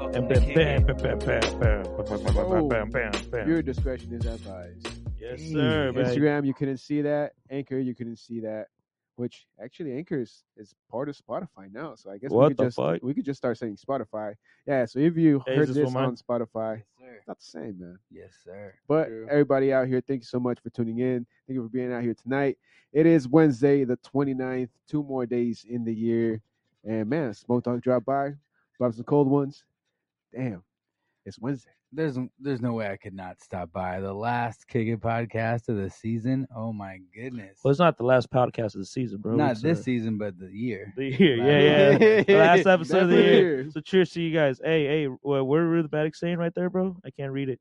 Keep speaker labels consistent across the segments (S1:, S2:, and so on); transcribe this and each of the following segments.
S1: Bam, bam, bam, bam, bam, bam, bam,
S2: Oh,
S1: bam, bam, bam, bam.
S3: Your discretion is advised.
S1: Yes,
S2: Hey,
S1: sir.
S2: Right.
S1: man.
S3: Hmm, Instagram, you couldn't see that. Anchor, you couldn't see that. Which actually, Anchor is, is part of Spotify now. So I guess
S1: What
S3: we could
S1: the
S3: just
S1: fuck?
S3: we could just start saying Spotify. Yeah. So if you
S1: Hey, is
S3: heard
S1: this
S3: this
S1: one mine?
S3: on Spotify,
S2: Yes, sir.
S3: not the same, man.
S2: Yes, sir.
S3: But
S2: True.
S3: everybody out here, thank you so much for tuning in. Thank you for being out here tonight. It is Wednesday, the 29th, two more days in the year. And man, Smoke Dog dropped by, dropped some cold ones. Damn, it's Wednesday.
S2: There's there's no way I could not stop by the last Kick It podcast of the season. Oh my goodness!
S1: Well, it's not the last podcast of the season, bro.
S2: not
S1: It's,
S2: this
S1: uh,
S2: season, but the year.
S1: The year, yeah, yeah. The last episode of the
S3: Never
S1: year.
S3: here.
S1: So cheers to you guys. Hey, hey, wh- what were Rubematic saying right there, bro? I can't read it.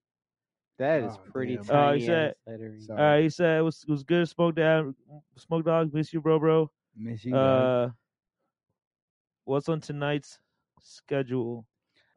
S4: That is
S3: Oh,
S4: pretty
S3: damn. Oh,
S4: tiny.
S1: Uh, is that-
S4: ass lettering.
S3: So-
S1: All right, uh, he said it was it was good. Smoke down, smoke dog. Miss you, bro, bro.
S2: Miss you. guys.
S1: Uh, what's on tonight's schedule?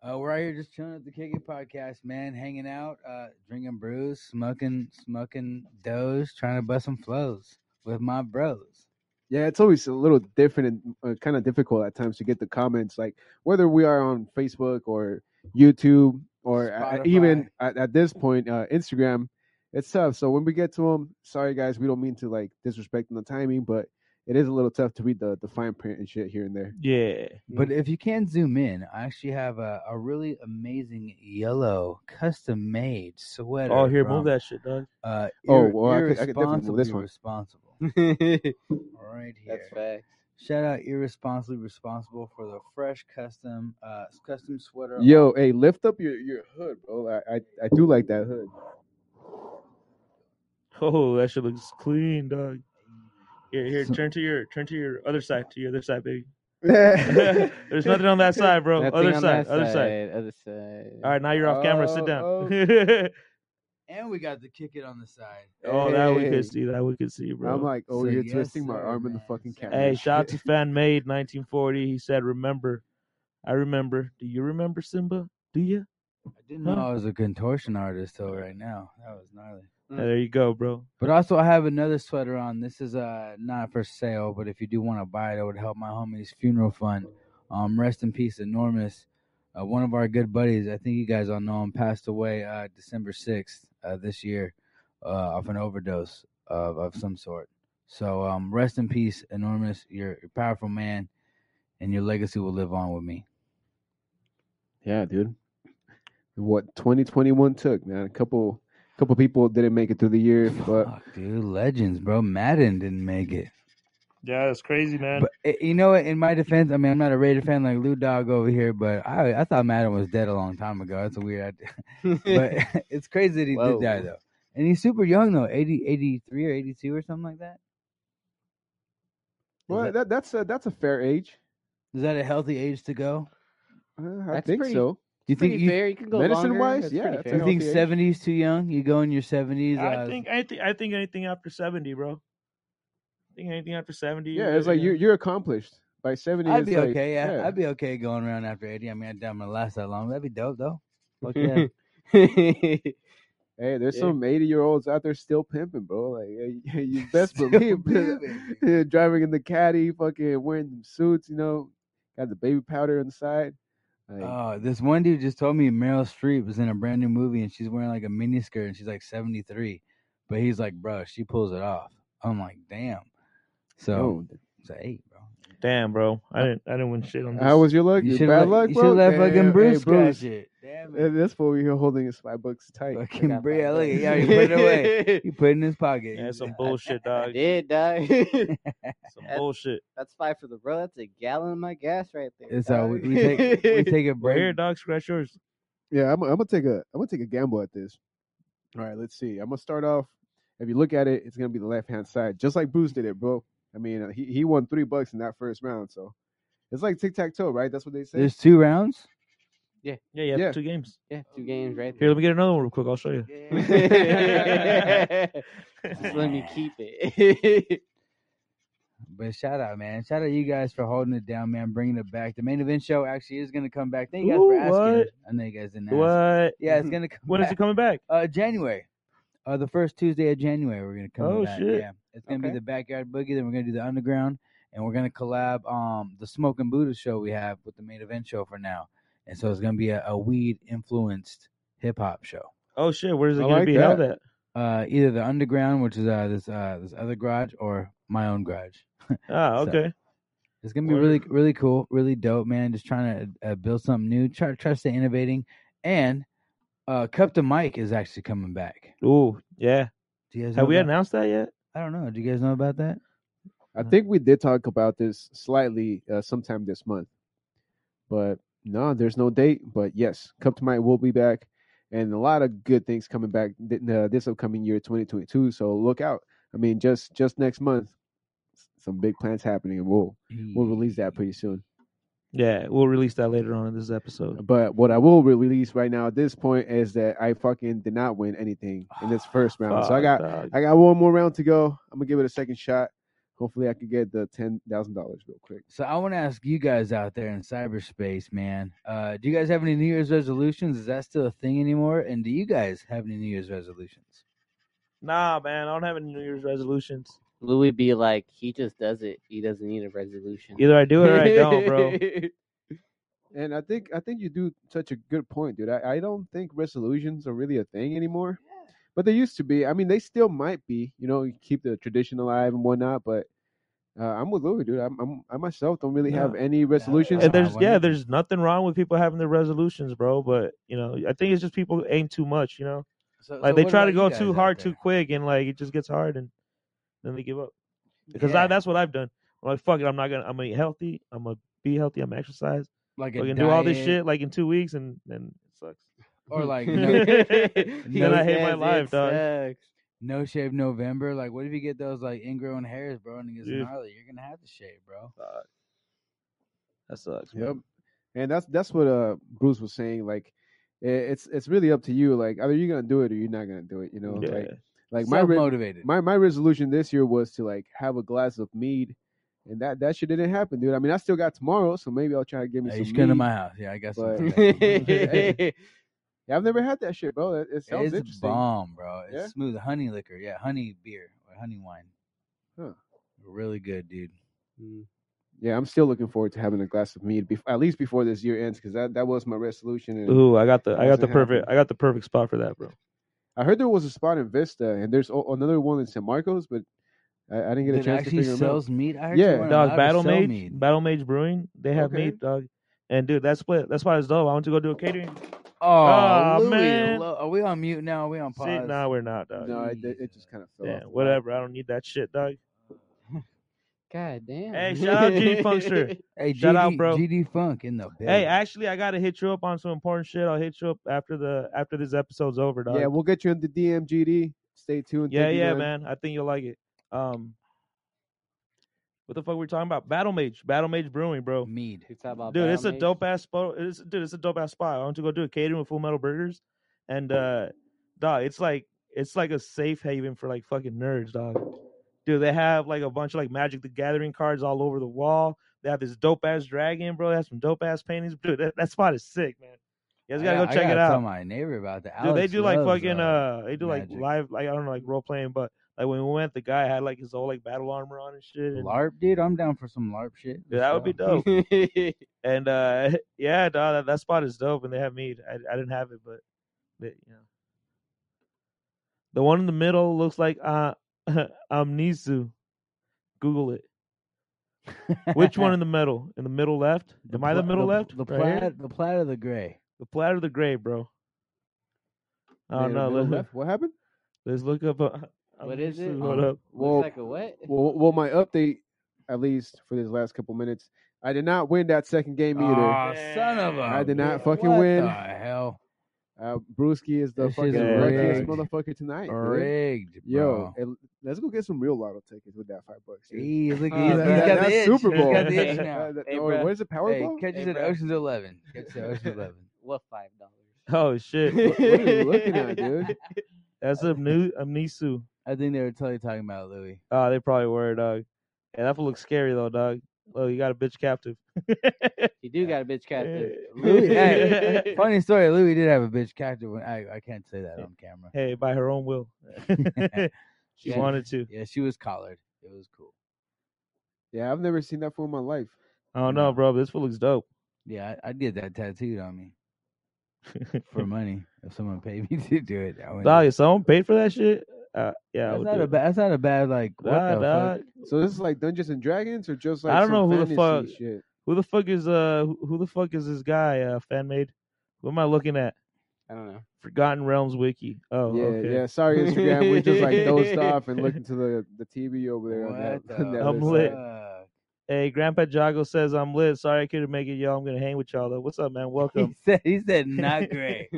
S2: Uh, we're out here just chilling at the Kick It podcast, man, hanging out, uh, drinking brews, smoking, smoking doughs, trying to bust some flows with my bros.
S3: Yeah, it's always a little different and uh, kind of difficult at times to get the comments, like whether we are on Facebook or YouTube or uh, even at, at this point uh, Instagram. It's tough. So when we get to them, sorry guys, we don't mean to like disrespect the timing, but it is a little tough to read the, the fine print and shit here and there.
S1: Yeah,
S2: But if you can zoom in, I actually have a, a really amazing yellow custom made sweater.
S1: oh here,
S2: from,
S1: move that shit, dog.
S2: Uh,
S3: Oh,
S2: oh,
S3: well, I could- I could definitely move
S2: irresponsibly
S3: this one.
S2: responsible. right here.
S4: That's facts.
S2: Shout out irresponsibly responsible for the fresh custom uh custom sweater.
S3: Yo, hey, lift up your, your hood, bro. I, I I do like that hood.
S1: Oh, that shit looks clean, dog. Here, here, turn to your turn to your other side, to your other side, baby. There's nothing on that side, bro.
S4: Nothing
S1: other
S4: on
S1: side,
S4: that
S1: other side.
S4: Other side.
S1: All right, now you're off camera. Sit
S3: Oh,
S1: down.
S3: oh.
S2: And we got the kick it on the side.
S1: oh, that we
S3: Hey.
S1: could see. That we could see, bro.
S3: I'm like, oh,
S2: So
S3: you're
S2: yes,
S3: twisting my
S2: sir,
S3: arm in the
S2: man.
S3: fucking
S2: Sorry.
S3: camera.
S1: Hey, shout out to Fan Made 1940. He said, Remember, I remember. Do you remember Simba? Do you?
S2: I didn't know
S1: Huh.
S2: I was a contortion artist till right now. That was gnarly.
S4: Mm.
S1: There you go, bro.
S2: But also, I have another sweater on. This is uh not for sale, but if you do want to buy it, it would help my homies' funeral fund. Um, rest in peace, enormous. Uh, one of our good buddies, I think you guys all know him, passed away uh, December sixth uh, this year uh, of an overdose of of some sort. So um, rest in peace, enormous. You're a powerful man, and your legacy will live on with me.
S3: Yeah, dude. What 2021 took, man. A couple couple people didn't make it through the year, but
S2: Fuck, dude, legends, bro. Madden didn't make it.
S1: Yeah, that's crazy, man.
S2: But eh, you know, what, in my defense, I mean, I'm not a Raider fan like Lou Dog over here, but I I thought Madden was dead a long time ago. That's a weird idea, but it's crazy that he
S4: Whoa.
S2: did die though. And he's super young though, 80, 83 or 82 or something like that.
S3: well, that, that's a that's a fair age.
S2: Is that a healthy age to go?
S3: Uh, I
S4: That's
S3: think
S4: pretty-
S3: so.
S2: Do you think
S4: Pretty
S2: you,
S4: fair. You can go
S3: medicine-wise,
S4: longer. That's
S3: yeah,
S4: pretty
S3: it's a
S4: fair.
S2: you think
S3: healthy age?
S2: 70s too young? You go in your 70s?
S1: I
S2: uh,
S1: think, I think I think anything after 70, bro. I think anything after 70.
S3: Yeah, it's like you're you're accomplished by 70.
S2: I'd
S3: it's
S2: be
S3: like,
S2: okay. Yeah, I'd be okay going around after 80. I mean, I doubt I'm gonna last that long. That'd be dope though. Fuck yeah.
S3: Hey, there's
S4: Yeah.
S3: some 80 year olds out there still pimping, bro. Like hey, you best
S2: Still
S3: believe
S2: pimping.
S3: yeah, driving in the caddy, fucking wearing them suits. You know, got the baby powder on the side. Like,
S2: Oh, this one dude just told me Meryl Streep was in a brand new movie and she's wearing like a mini skirt and she's like 73. But he's like, bro, she pulls it off. I'm like, damn. So
S3: oh,
S2: it's like, hey, bro.
S1: Damn, bro. I didn't I didn't win shit on this.
S3: how was your luck?
S2: You
S3: Your
S2: should
S3: bad
S2: have
S3: luck,
S2: let, you
S3: bro.
S2: should let fucking
S3: Damn, hey,
S2: Bruce
S3: eh, Bruce.
S2: catch it. Damn
S3: Uh,
S2: it.
S3: That's what we are holding is five bucks tight. I
S2: Fucking
S3: got
S2: Bria,
S3: five
S2: look at-
S3: bucks.
S2: yeah, you put it away. He put it in his pocket.
S1: yeah,
S2: He's
S1: some
S2: like,
S1: bullshit,
S4: I
S1: dog.
S4: did die.
S1: Some bullshit.
S4: That's five for the road. That's a gallon of my gas right there.
S2: It's uh, we,
S4: dog.
S2: we take we take a
S1: Right here,
S2: break.
S1: dog. Scratch yours.
S3: Yeah, I'm, I'm gonna take a I'm gonna take a gamble at this. All right, let's see. I'm gonna start off. If you look at it, it's gonna be the left hand side, just like Bruce did it, bro. I mean, uh, he he won three bucks in that first round, so it's like tic tac toe, right? That's what they say.
S2: There's two rounds.
S1: Yeah, you have
S3: Yeah.
S1: two games.
S4: yeah, two games right
S1: Here,
S4: there.
S1: let me get another one real quick. I'll show you.
S4: Just let me keep it.
S2: But shout out, man. Shout out you guys for holding it down, man. Bringing it back. The main event show actually is gonna come back. Thank you guys for
S1: Ooh,
S2: asking.
S1: what?
S2: I know you guys didn't ask.
S1: What?
S2: Yeah, it's gonna come
S1: When
S2: back.
S1: is it coming back?
S2: Uh, January. Uh, the first Tuesday of January, we're gonna come.
S1: Oh,
S2: back.
S1: shit.
S2: Yeah, it's gonna be
S4: Okay.
S2: the backyard boogie. Then we're gonna do the underground, and we're gonna collab. Um, the Smoke and Buddha show we have with the main event show for now, and so it's gonna be a, a weed influenced hip hop show.
S1: Oh shit, where's it
S3: I
S1: gonna
S3: like
S1: be
S3: that.
S1: held at?
S2: Uh, either the underground, which is uh, this uh, this other garage, or my own garage.
S1: Ah,
S2: So-
S1: okay.
S2: It's gonna be
S1: Word.
S2: really, really cool, really dope, man. Just trying to uh, build something new, try, try to stay innovating, and uh, Cup to Mike is actually coming back.
S1: Ooh, yeah.
S2: Do you guys know
S1: Have we
S2: about-
S1: announced that yet?
S2: I don't know. Do you guys know about that?
S3: I think we did talk about this slightly uh, sometime this month, but no, there's no date. But yes, Cup to Mind will be back, and a lot of good things coming back th- uh, this upcoming year, 2022. So look out. I mean, just just next month, s- some big plans happening, and we'll
S2: Mm.
S3: we'll release that pretty soon.
S1: Yeah, we'll release that later on in this episode.
S3: But what I will release right now at this point is that I fucking did not win anything in this first round, so I
S1: Fuck,
S3: got
S1: dog.
S3: I got one more round to go. I'm gonna give it a second shot. Hopefully, I can get the ten thousand dollars real quick.
S2: So I want to ask you guys out there in cyberspace, man. Uh, do you guys have any New Year's resolutions? Is that still a thing anymore? And do you guys have any New Year's resolutions?
S1: Nah, man, I don't have any New Year's resolutions.
S4: Louis be like, he just does it. He doesn't need a resolution.
S1: Either I do it or I don't, bro.
S3: And I think I think you do such a good point, dude. I, I don't think resolutions are really a thing anymore. But they used to be. I mean, they still might be. You know, you keep the tradition alive and whatnot. But uh, I'm with Louis, dude. I'm, I'm I myself don't really have
S1: No.
S3: any resolutions.
S1: And
S2: Nah,
S1: there's
S2: why
S1: yeah,
S2: not?
S1: there's nothing wrong with people having their resolutions, bro. But you know, I think it's just people aim too much. You know,
S2: So,
S1: like
S2: so
S1: they
S2: what
S1: try to
S2: about
S1: go
S2: you
S1: too
S2: guys out
S1: hard
S2: there?
S1: too quick, and like it just gets hard, and then they give up. Because
S2: Yeah.
S1: I, that's what I've done. I'm like, fuck it, I'm not gonna. I'm gonna eat healthy. I'm gonna be healthy. I'm gonna exercise.
S2: like
S1: I
S2: a
S1: can do all this
S2: diet
S1: shit like in two weeks, and then it sucks.
S2: or like no,
S1: then I hate my
S4: says it
S1: life, dog.
S4: sucks.
S2: no shave November. Like, what if you get those like ingrown hairs, bro, and it gets
S1: Dude.
S2: gnarly? You're gonna have to shave, bro.
S1: Fuck. That sucks. man.
S3: Yep. And that's that's what uh Bruce was saying. Like, i- it's it's really up to you. Like, either you're gonna do it or you're not gonna do it. You know,
S1: Yeah.
S3: like like my re-
S2: motivated.
S3: my my resolution this year was to like have a glass of mead, and that that shit didn't happen, dude. I mean, I still got tomorrow, so maybe I'll try to give me
S2: Hey, you
S3: some.
S2: should come to
S3: mead.
S2: my house. Yeah, I got some.
S3: but-
S2: too, man.
S3: Yeah, I've never had that shit, bro. It, it sounds
S2: it's
S3: interesting.
S2: bomb, bro. It's
S3: Yeah?
S2: smooth honey liquor. Yeah, honey beer or honey wine.
S3: Huh.
S2: Really good, dude.
S3: Yeah, I'm still looking forward to having a glass of mead, bef- at least before this year ends, because that, that was my resolution. And
S1: Ooh, I got the I got the
S3: Doesn't
S1: perfect
S3: happen.
S1: I got the perfect spot for that, bro.
S3: I heard there was a spot in Vista, and there's o- another one in San Marcos, but I, I didn't get a
S2: That
S3: chance to
S2: actually
S3: figure 'em out.
S2: sells meat. I heard
S3: Yeah.
S2: you weren't allowed
S1: Dog,
S2: to
S1: Battle
S2: sell
S1: Mage,
S2: meat.
S1: Battle Mage Brewing, they have
S3: Okay.
S1: meat, dog. And dude, that's split. That's why it's dope. I want to go do a catering.
S2: Oh,
S1: Aw,
S2: Louis,
S1: man.
S2: lo- are we on mute now? Are we on
S1: See,
S2: pause?
S1: nah, we're not, dog.
S3: No, it, it just kind of fell.
S1: Oh, Damn,
S3: off the
S1: whatever. I don't need that shit, dog.
S4: God damn.
S1: Hey, shout out G Funkster.
S2: Hey,
S1: Shout
S2: GD,
S1: out, bro.
S2: GD Funk in the
S1: Hey,
S2: building.
S1: actually, I gotta hit you up on some important shit. I'll hit you up after the after this episode's over,
S3: bottom.
S1: dog.
S3: Yeah, we'll get you in the DMGD. Stay tuned.
S1: yeah, yeah,
S3: 39.
S1: man. I think you'll like it. Um, what the fuck we talking about? Battle Mage, Battle Mage Brewing, bro.
S2: mead.
S1: dude, it's a dope ass spot. It's, dude, it's a dope ass spot. I want to go do a catering with Full Metal Burgers, and uh, dog, it's like it's like a safe haven for like fucking nerds, dog. Dude, they have like a bunch of like Magic the Gathering cards all over the wall. They have this dope ass dragon, bro. They have some dope ass paintings, dude. That, that spot is sick, man. You guys
S2: I
S1: gotta
S2: got-
S1: go
S2: I
S1: check it
S2: gotta Tell
S1: out,
S2: my neighbor about that.
S1: dude. They
S2: Alex
S1: do like
S2: loves,
S1: fucking uh, they do like
S2: Magic.
S1: live like I don't know like role playing, but like when we went, the guy had like his whole like battle armor on and shit. And,
S2: LARP, dude. I'm down for some LARP shit.
S1: dude, that would be dope. And uh yeah, dog, that, that spot is dope, and they have meat. I, I didn't have it, but they, you know, the one in the middle looks like uh Amnisu. Google it.
S2: dope.
S1: Which one in the middle? In the middle left? Am I the
S2: pla-
S1: middle
S2: the,
S1: left?
S2: The
S1: Right here?
S2: plaid, the plaid of the gray.
S1: the plaid or the gray, bro?
S2: Oh,
S1: Oh, I
S3: Man,
S1: don't know.
S3: middle
S1: Let,
S3: left. Oh. What happened?
S1: us look up. Uh,
S4: What is it?
S1: Amnisu, Hold
S4: Um,
S1: up.
S3: Well,
S4: Looks like a what?
S3: well, well, my update, at least for these last couple minutes, I did not win that second game either.
S2: Aw, son of a.
S3: I did not
S2: bitch.
S3: fucking
S2: what
S3: win.
S2: The hell,
S3: Uh, Brewski is the
S2: This
S3: fucking
S2: shit's
S3: luckiest
S1: rigged.
S3: motherfucker tonight. dude.
S2: rigged,
S3: Yo,
S2: bro.
S3: and let's go get some real lotto tickets with that five bucks. dude.
S2: Hey, look,
S4: Uh,
S2: he's,
S4: that-
S2: he's got
S4: that's
S2: the itch.
S3: Super Bowl.
S2: He's got the itch
S4: Hey,
S2: now.
S3: Uh, that-
S4: hey,
S3: or
S4: bruh.
S3: what is it,
S2: Hey,
S3: Powerball?
S2: catches
S4: Hey,
S2: at
S4: bro.
S2: Ocean's Eleven. Catches at Ocean's Eleven.
S4: What five dollars?
S1: Oh shit,
S3: what are you looking at, dude?
S1: that's Amnu- Amnisu.
S2: I think they were totally talking about Louis.
S1: Oh, they probably were, dog. Yeah, that one looks scary though, dog. Oh, you got a bitch captive.
S4: You do got a bitch captain.
S2: Louis, hey, funny story. Louis did have a bitch captive. When, I I can't say that on camera.
S1: hey, by her own will. she
S2: Yeah.
S1: wanted to.
S2: Yeah, she was collared. It was cool.
S3: Yeah, I've never seen that fool in my life.
S1: I don't
S2: No.
S1: know, bro. But this fool looks dope.
S2: Yeah, I, I'd get that tattooed on me for money if someone paid me to do it. I wouldn't
S1: Dog,
S2: do it.
S1: if someone paid for that shit, uh, yeah, I
S2: that's
S1: would
S2: not
S1: do
S2: a
S1: it.
S2: bad. That's not a bad like. What
S1: Nah,
S2: the
S1: dog.
S2: fuck?
S3: So this is like Dungeons and Dragons, or just like
S1: I don't
S3: some
S1: know who the
S3: fantasy
S1: fuck-
S3: Shit?
S1: Who the fuck is uh who, who the fuck is this guy uh fan made? Who am I looking at?
S4: I don't know.
S1: Forgotten Realms wiki. Oh,
S3: yeah,
S1: okay.
S3: yeah. Sorry, Instagram. We just like dozed off and looked into the, the TV over there. On that,
S2: What the
S3: on that
S1: I'm
S3: list.
S1: lit.
S2: fuck?
S1: Hey, Grandpa Jago says I'm lit. Sorry I couldn't make it, y'all. I'm gonna hang with y'all though. What's up, man?
S2: He
S1: Welcome.
S2: said, he said, not great.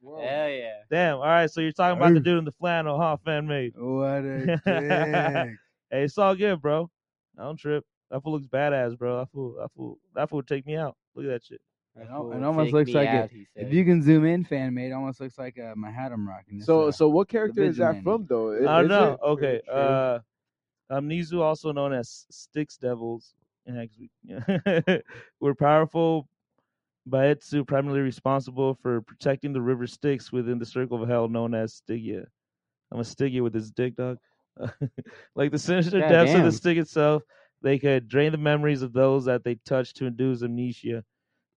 S3: Whoa.
S4: Hell yeah.
S1: Damn. All right, so you're talking about the
S2: Oof.
S1: dude in the flannel, huh? Fan made.
S2: What a dick.
S1: Hey, it's all good, bro. I don't trip. That fool looks badass, bro. That fool, that fool, that fool would take me out. Look at that
S2: It
S1: shit.
S4: That
S2: al-
S4: fool
S2: it
S4: would
S2: almost
S4: take
S2: looks
S4: me
S2: like it-
S4: out, he
S2: If
S4: said.
S2: you can zoom in, fan made almost looks like uh, my hat I'm rocking. It's,
S3: So,
S2: uh,
S3: so what character is that
S2: vigilante.
S3: from though? I
S1: I don't know. Okay. Uh, Amnesu, also known as Styx Devils, yeah, 'cause we- were powerful Baetsu, primarily responsible for protecting the river Styx within the circle of hell known as Stygia. I'm a Stygia with this dick, dog. like the sinister
S4: God
S1: depths of the
S4: damn.
S1: stick itself, they could drain the memories of those that they touched to induce amnesia.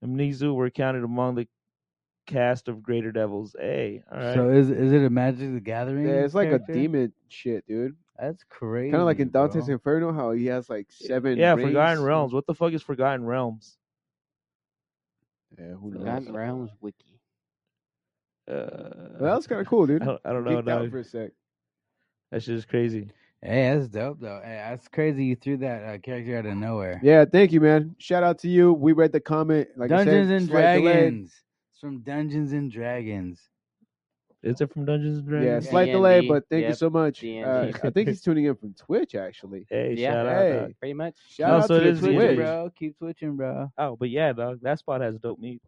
S1: Amnesu were counted among the cast of greater devils. Hey, all right.
S2: so is is it a Magic the Gathering?
S3: yeah, it's like
S2: character?
S3: a demon shit, dude.
S2: That's crazy.
S3: Kind of like in Dante's
S2: bro.
S3: Inferno, how he has like seven.
S1: yeah,
S3: rings.
S1: Forgotten Realms. What the fuck is Forgotten Realms?
S3: Yeah, who knows?
S4: Forgotten Realms Wiki.
S1: Uh,
S3: Well, that was kind of cool, dude.
S1: I don't, I don't know.
S3: Geeked out
S1: dog.
S3: for a sec.
S1: That shit is crazy.
S2: Hey, that's dope though. Hey, that's crazy. You threw that uh, character out of nowhere.
S3: Yeah, thank you, man. Shout out to you. We read the comment. Like
S2: Dungeons
S3: I said,
S2: and
S3: slight delay.
S2: Dragons. It's from Dungeons and Dragons.
S1: Is it from Dungeons and
S3: Yeah,
S1: Dragons?
S3: slight delay,
S4: D&D.
S3: but thank you
S4: Yep,
S3: so much.
S4: D&D.
S3: Uh, I think he's tuning in from Twitch, actually.
S1: Hey,
S4: Yeah.
S1: shout out.
S3: Hey,
S1: dog.
S4: Pretty much.
S3: shout
S1: No,
S3: out
S1: so it
S3: to
S1: is
S3: Twitch,
S1: Twitch.
S2: bro. Keep twitching, bro.
S1: Oh, but yeah, dog. That spot has dope meat.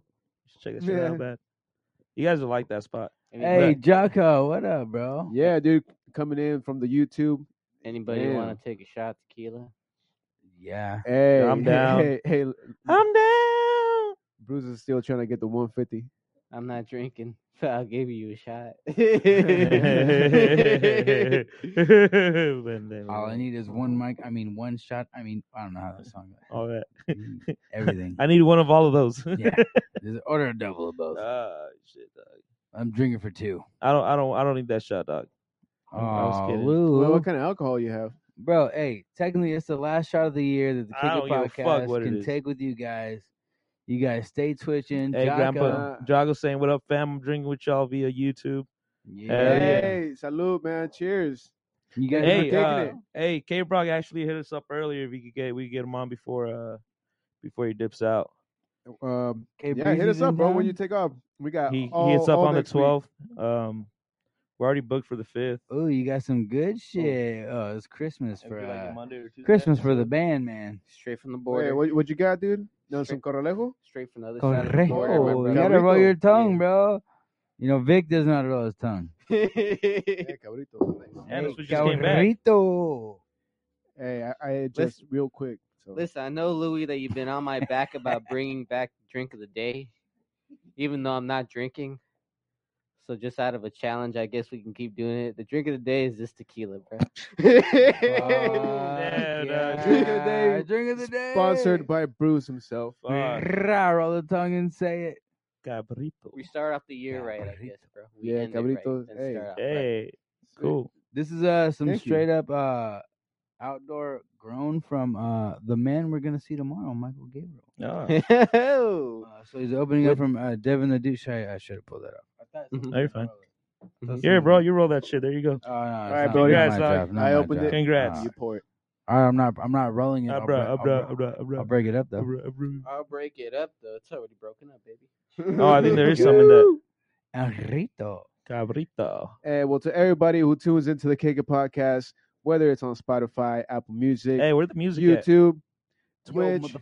S1: You should check that shit
S3: Yeah.
S1: out, bad. You guys would like that spot.
S2: Hey,
S4: Anybody,
S2: Jocko, what up, bro?
S3: Yeah, dude, coming in from the YouTube.
S4: anybody
S3: damn.
S4: want to take a shot tequila?
S2: Yeah.
S3: Hey,
S1: I'm down.
S3: Hey, hey,
S1: I'm down.
S3: Bruce is still trying to get the 150.
S4: I'm not drinking, but I'll give you a shot.
S1: Then- then-
S2: All I need is one mic. I mean, one shot. I mean, I don't know how that song goes.
S1: All that.
S2: Mm, Everything.
S1: I need one of all of those.
S2: yeah. Just order a double of both.
S1: Ah, shit, dog.
S2: I'm drinking for two.
S1: I don't. I don't. I don't need that shot, dog.
S2: Oh,
S1: I was kidding.
S2: Lou.
S3: Well, what kind of alcohol you have?
S2: Bro, hey, technically it's the last shot of the year that the
S1: I
S2: Kicker
S1: don't give a fuck
S2: Podcast
S1: what it
S2: can
S1: is.
S2: take with you guys. You guys stay twitching.
S1: Hey,
S2: Jocko.
S1: Grandpa
S3: Uh,
S1: Jago saying, "What up, fam? I'm drinking with y'all via YouTube." Hell yeah.
S3: Hey, salute, man. Cheers.
S2: You guys
S3: Thank
S1: Hey,
S3: you for taking
S1: uh,
S3: it.
S1: hey, K Brock actually hit us up earlier. If we could get, we could get him on before, uh, before he dips out.
S3: Um,
S2: okay,
S3: yeah, hit
S2: Breezy's
S3: us up,
S2: in
S3: bro. When
S2: town?
S3: you take off, we got
S1: He
S3: all,
S1: he hits up
S3: all
S1: on the
S3: next week.
S1: 12th. Um, we're already booked for the 5th.
S2: Oh, you got some good shit. Oh, it's Christmas
S1: It'd
S2: for
S1: be like a
S2: uh,
S1: Monday or Tuesday
S2: Christmas for the
S1: episode.
S2: band, man.
S4: Straight from the
S3: Wait,
S4: border.
S3: what, what you got, dude? No, some
S4: Straight-
S3: Corolejo?
S4: Straight from the other side of the border.
S3: my
S2: Correjo.
S3: brother.
S2: You gotta roll your
S3: Cabrito.
S2: tongue,
S4: Yeah.
S2: bro. You know, Vic does not roll his tongue.
S3: Yeah, cabrito.
S1: Yeah,
S2: Hey,
S1: that's what just came back.
S2: cabrito.
S3: Hey, I, I just real quick. So.
S4: Listen, I know Louis that you've been on my back about bringing back drink of the day, even though I'm not drinking. So just out of a challenge, I guess we can keep doing it. The drink of the day is just tequila, bro.
S1: Yeah,
S2: Fuck
S3: Drink of the
S2: yeah.
S3: day
S2: Drink of the day.
S3: Sponsored by Bruce himself.
S1: Fuck.
S2: Rah, roll the tongue and say it.
S1: Cabrito.
S4: we start off the year right, I
S2: Cabrito.
S4: guess, bro. We
S3: Yeah,
S4: end it right,
S3: cabrito.
S4: then
S3: Hey.
S4: start off right.
S1: Hey, cool.
S2: This is uh some
S3: Thank you.
S2: straight up uh outdoor grown from uh the man we're gonna see tomorrow, Michael Gabriel.
S1: Ah,
S4: Oh.
S2: Uh, so he's opening up
S4: With-
S2: from uh, Devin the Douche. I, I should have pulled that up. I thought
S3: Mm-hmm.
S4: Mhm.
S1: No, you're fine.
S4: Mhm.
S1: Here, bro, you roll that shit. There you go.
S2: Oh, no, All
S3: right,
S2: right,
S3: bro,
S2: bro.
S1: congrats,
S2: my
S1: dog.
S2: job, not
S3: I
S2: my
S3: opened it.
S2: job.
S1: Congrats. Uh,
S2: Uh,
S3: You pour it.
S2: all right, I'm not. I'm not rolling it. I'll,
S1: Abra,
S2: break,
S1: abra,
S2: I'll, break,
S1: abra, abra,
S2: I'll break it up though.
S1: abra, abra.
S4: I'll break it up though. It's already broken up, baby.
S1: Oh, I think there is some in that.
S2: Enrito.
S1: Cabrito.
S3: Hey, well, to everybody who tunes into the Kega podcast, whether it's on Spotify, Apple Music,
S1: Hey, where the music at?
S3: YouTube,
S2: Yo,
S3: Twitch,
S2: motherf-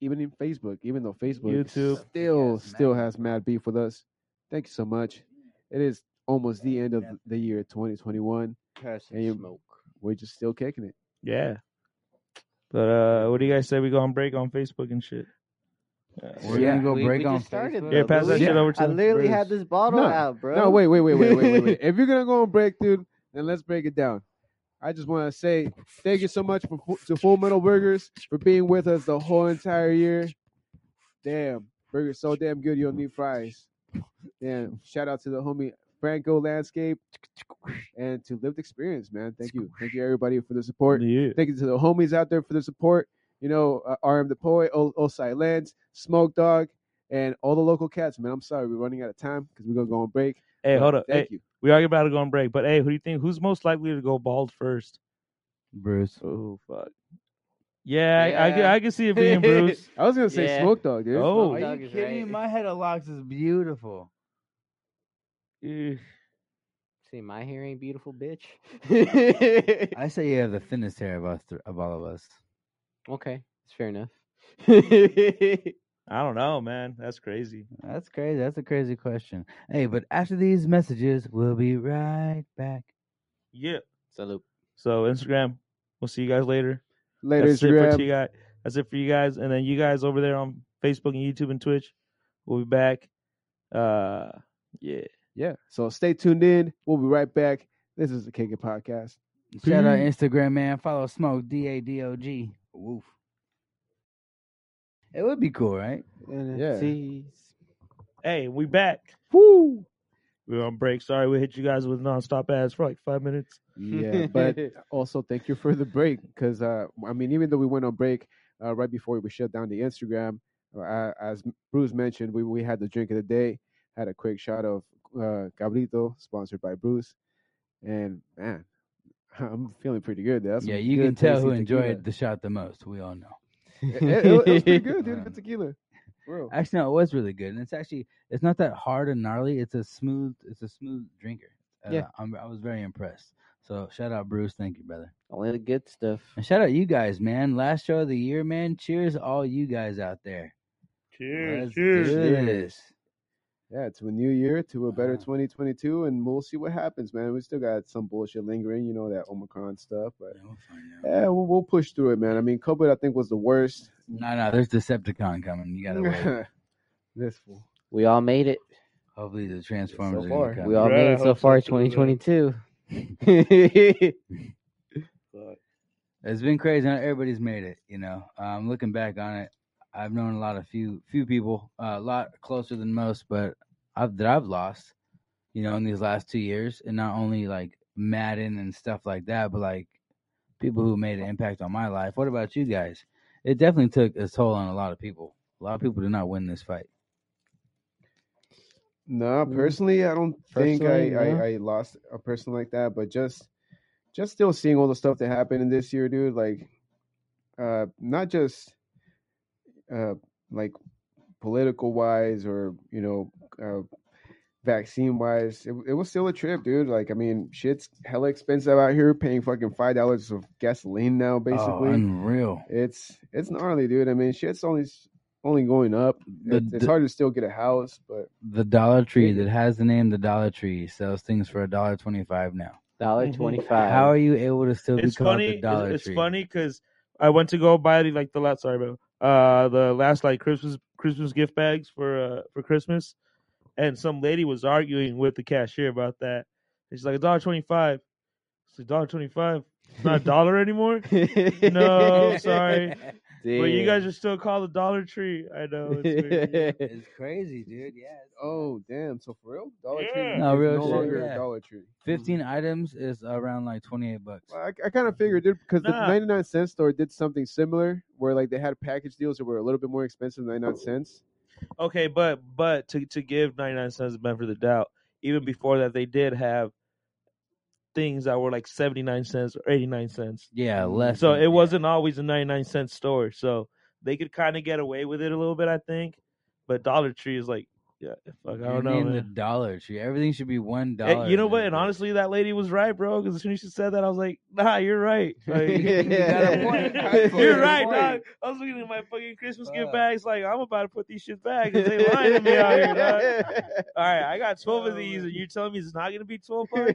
S3: even in Facebook, even though Facebook
S1: YouTube.
S3: still
S2: Yes,
S3: still
S2: man.
S3: has mad beef with us. Thank you so much. It is almost the end of the year 2021.
S4: Curse
S3: Hey, you-
S4: and smoke.
S3: We're just still kicking it.
S1: Yeah. But uh, what do you guys say we go on break on Facebook and shit?
S2: We're
S3: Yeah.
S2: gonna go
S4: we,
S2: break
S4: we
S2: on
S4: just started.
S2: Facebook.
S1: Here,
S4: though,
S1: pass that
S4: Louis.
S1: shit over to
S4: I literally
S1: Bruce.
S4: had this bottle
S3: No,
S4: out, bro.
S3: No, wait, wait, wait, wait, wait, wait, wait. if you're gonna go on break, dude, then let's break it down. I just want to say thank you so much for, to Full Metal Burgers for being with us the whole entire year. Damn, burgers so damn good you'll need fries. Damn, shout out to the homie Franco Landscape and to Lived Experience, man. Thank you, thank you everybody for the support.
S1: Yeah.
S3: Thank you to the homies out there for the support. You know, uh, RM the Poet, O- Osai Lens, Smoke Dog, and all the local cats, man. I'm sorry, we're running out of time because we're gonna go on break.
S1: Hey,
S3: but
S1: hold up. Hey,
S3: Thank you.
S1: we are about to go on break, but hey, who do you think who's most likely to go bald first?
S2: Bruce.
S1: Oh fuck. Yeah, I, I could
S4: Yeah.
S1: I could see it being Bruce.
S3: I was gonna say
S4: Yeah.
S3: Smoke Dog, dude.
S1: Oh.
S4: Smoke
S2: Are
S4: Dog
S2: you
S4: is
S2: kidding?
S4: right.
S2: My head of locks is beautiful.
S1: Ugh.
S4: See, my hair ain't beautiful, bitch.
S2: I say you have the thinnest hair of us th- of all of us.
S4: okay, it's fair enough. yeah,
S1: I don't know, man. That's crazy.
S2: That's crazy. That's a crazy question. Hey, but after these messages, we'll be right back.
S1: Yeah.
S4: salute.
S1: So Instagram, we'll see you guys later.
S3: Later,
S1: That's it
S3: Instagram.
S1: for you guys. That's it for you guys. And then you guys over there on Facebook and YouTube and Twitch, we'll be back. Uh, yeah.
S3: Yeah. So stay tuned in. We'll be right back. This is the Kick It Podcast.
S2: Shout out
S3: Peace.
S2: Instagram, man. Follow Smoke D A D O G. Woof. It would be cool, right?
S1: Hey, we back.
S3: Woo!
S1: We're on break. Sorry, we hit you guys with nonstop ads for like five minutes.
S3: Yeah, but also thank you for the break because uh, I mean, even though we went on break uh, right before we shut down the Instagram, uh, as Bruce mentioned, we, we had the drink of the day, had a quick shot of uh, Cabrito, sponsored by Bruce, and man, I'm feeling pretty good. That's
S2: yeah,
S3: some
S2: you
S3: good
S2: can tell
S3: tasty
S2: who
S3: tequila.
S2: enjoyed the shot the most. We all know.
S3: It, it- it was pretty good, dude. Good tequila. Bro.
S2: Actually, no, it was really good, and it's actually it's not that hard and gnarly. It's a smooth, it's a smooth drinker. Uh,
S4: Yeah.
S2: I'm, I was very impressed. So shout out Bruce, thank you, brother,
S4: Only the good stuff.
S2: and shout out you guys, man. Last show of the year, man. Cheers, all you guys out there. Let's do this.
S3: Yeah, to a new year, to a better
S2: Uh-huh.
S3: 2022, and we'll see what happens, man. We still got some bullshit lingering, you know, that Omicron stuff, but
S2: Yeah, we'll find out.
S3: yeah, we'll, we'll push through it, man. I mean, COVID, I think, was the worst.
S2: No, no, there's Decepticon coming. You gotta wait.
S3: this fool.
S4: We all made it.
S2: Hopefully, the Transformers
S3: So
S2: are
S3: far,
S2: gonna come.
S4: We all
S1: Right, I
S4: made it so
S1: hope so,
S4: far,
S1: too, man.
S4: 2022.
S2: It's been crazy. Not everybody's made it, you know. Um, looking back on it, I've known a lot of few few people, uh, a lot closer than most, but I've, that I've lost, you know, in these last two years, and not only like Madden and stuff like that, but like people who made an impact on my life. What about you guys? It definitely took its toll on a lot of people. A lot of people did not win this fight.
S3: No,
S2: Mm-hmm.
S4: Mm.
S3: personally, I don't think I,
S4: Personally, no.
S3: I, I lost a person like that, but just just still seeing all the stuff that happened in this year, dude. Like, uh, not just uh, like political wise or you know, uh, vaccine wise, it, it was still a trip, dude. Like, I mean, shit's hella expensive out here, paying fucking five dollars of gasoline now,
S2: Oh,
S3: basically.
S2: unreal.
S3: it's it's gnarly, dude. I mean, shit's only only going up.
S2: The-
S3: It's, it's
S2: the-
S3: hard to still get a house, but
S2: The Dollar Tree
S3: Dude.
S2: that has the name the Dollar Tree sells things for a dollar twenty-five now.
S4: Dollar
S1: Mhm.
S4: twenty-five.
S2: How are you able to still
S1: It's
S2: be called the
S1: funny.
S2: Dollar
S1: It's, it's
S2: Tree?
S1: funny because I went to go buy the like the last sorry, bro. Uh, the last like Christmas Christmas gift bags for uh for Christmas, and some lady was arguing with the cashier about that. And she's like a dollar twenty five. It's a dollar twenty five. It's not a dollar anymore. No, oh, sorry. But you guys are still called the Dollar Tree. I know. It's weird.
S2: It's crazy, dude. Yeah. it's-
S3: oh damn! So for real, Dollar
S1: Yeah.
S3: Tree
S2: No,
S3: is
S2: real
S3: no
S2: shit,
S3: longer
S2: yeah.
S3: a Dollar Tree.
S2: 15 items is around like 28 bucks.
S3: Well, I, I kind of figured, dude, because the
S1: Nah.
S3: 99 cent store did something similar, where like they had package deals that were a little bit more expensive than 99 cents.
S1: Okay, but but to to give ninety nine cents the benefit of the doubt, even before that, they did have things that were like seventy nine cents or eighty nine cents.
S2: Yeah, less.
S1: So
S2: than-
S1: it
S2: yeah.
S1: wasn't always a 99 cent store. So they could kind of get away with it a little bit, I think. But Dollar Tree is like, yeah, fuck, I
S2: You're
S1: don't know.
S2: named the
S1: man.
S2: Dollar Tree. Everything should be one
S1: Eh,
S2: dollar.
S1: you know
S2: in
S1: what?
S2: this
S1: And
S2: bitch.
S1: honestly, that lady was right, bro. Because as soon as she said that, I was like, nah, you're right. Like,
S2: got a point.
S1: You're right,
S3: Point.
S1: dog. I was looking at my fucking Christmas gift
S2: Fuck.
S1: bags, like I'm about to put these shit back because they lying to me out here, dog. All right, I got twelve
S2: Oh,
S1: of these, and you're telling me it's not gonna be twelve bucks?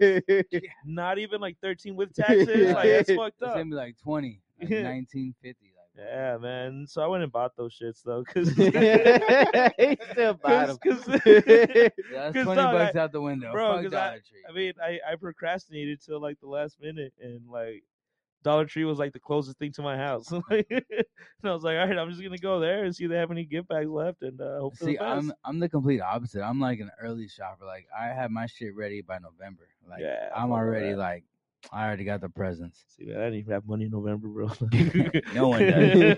S1: Not even like thirteen with taxes? Like that's fucked
S2: It's
S1: up.
S2: gonna be like 20, like
S1: Yeah.
S2: 1950. Like,
S1: Yeah, man. So I went and bought those shits though, cause,
S4: he still bought 'em.
S1: cause, 'cause-
S2: That's
S1: 'Cause,
S2: twenty
S1: dog,
S2: bucks out the window.
S1: bro,
S2: Fuck
S1: 'cause
S2: Dollar Tree.
S1: I mean, I, I procrastinated till like the last minute, and like Dollar Tree was like the closest thing to my house. Like, and I was like, all right, I'm just gonna go there and see if they have any gift bags left, and uh, hope for the
S2: See,
S1: best.
S2: I'm I'm the complete opposite. I'm like an early shopper. Like I have my shit ready by November. Like
S1: yeah,
S2: I'm
S1: all
S2: already
S1: that.
S2: like I already got the presents.
S1: See, man, I didn't even have money in November, bro.
S2: No one
S3: does.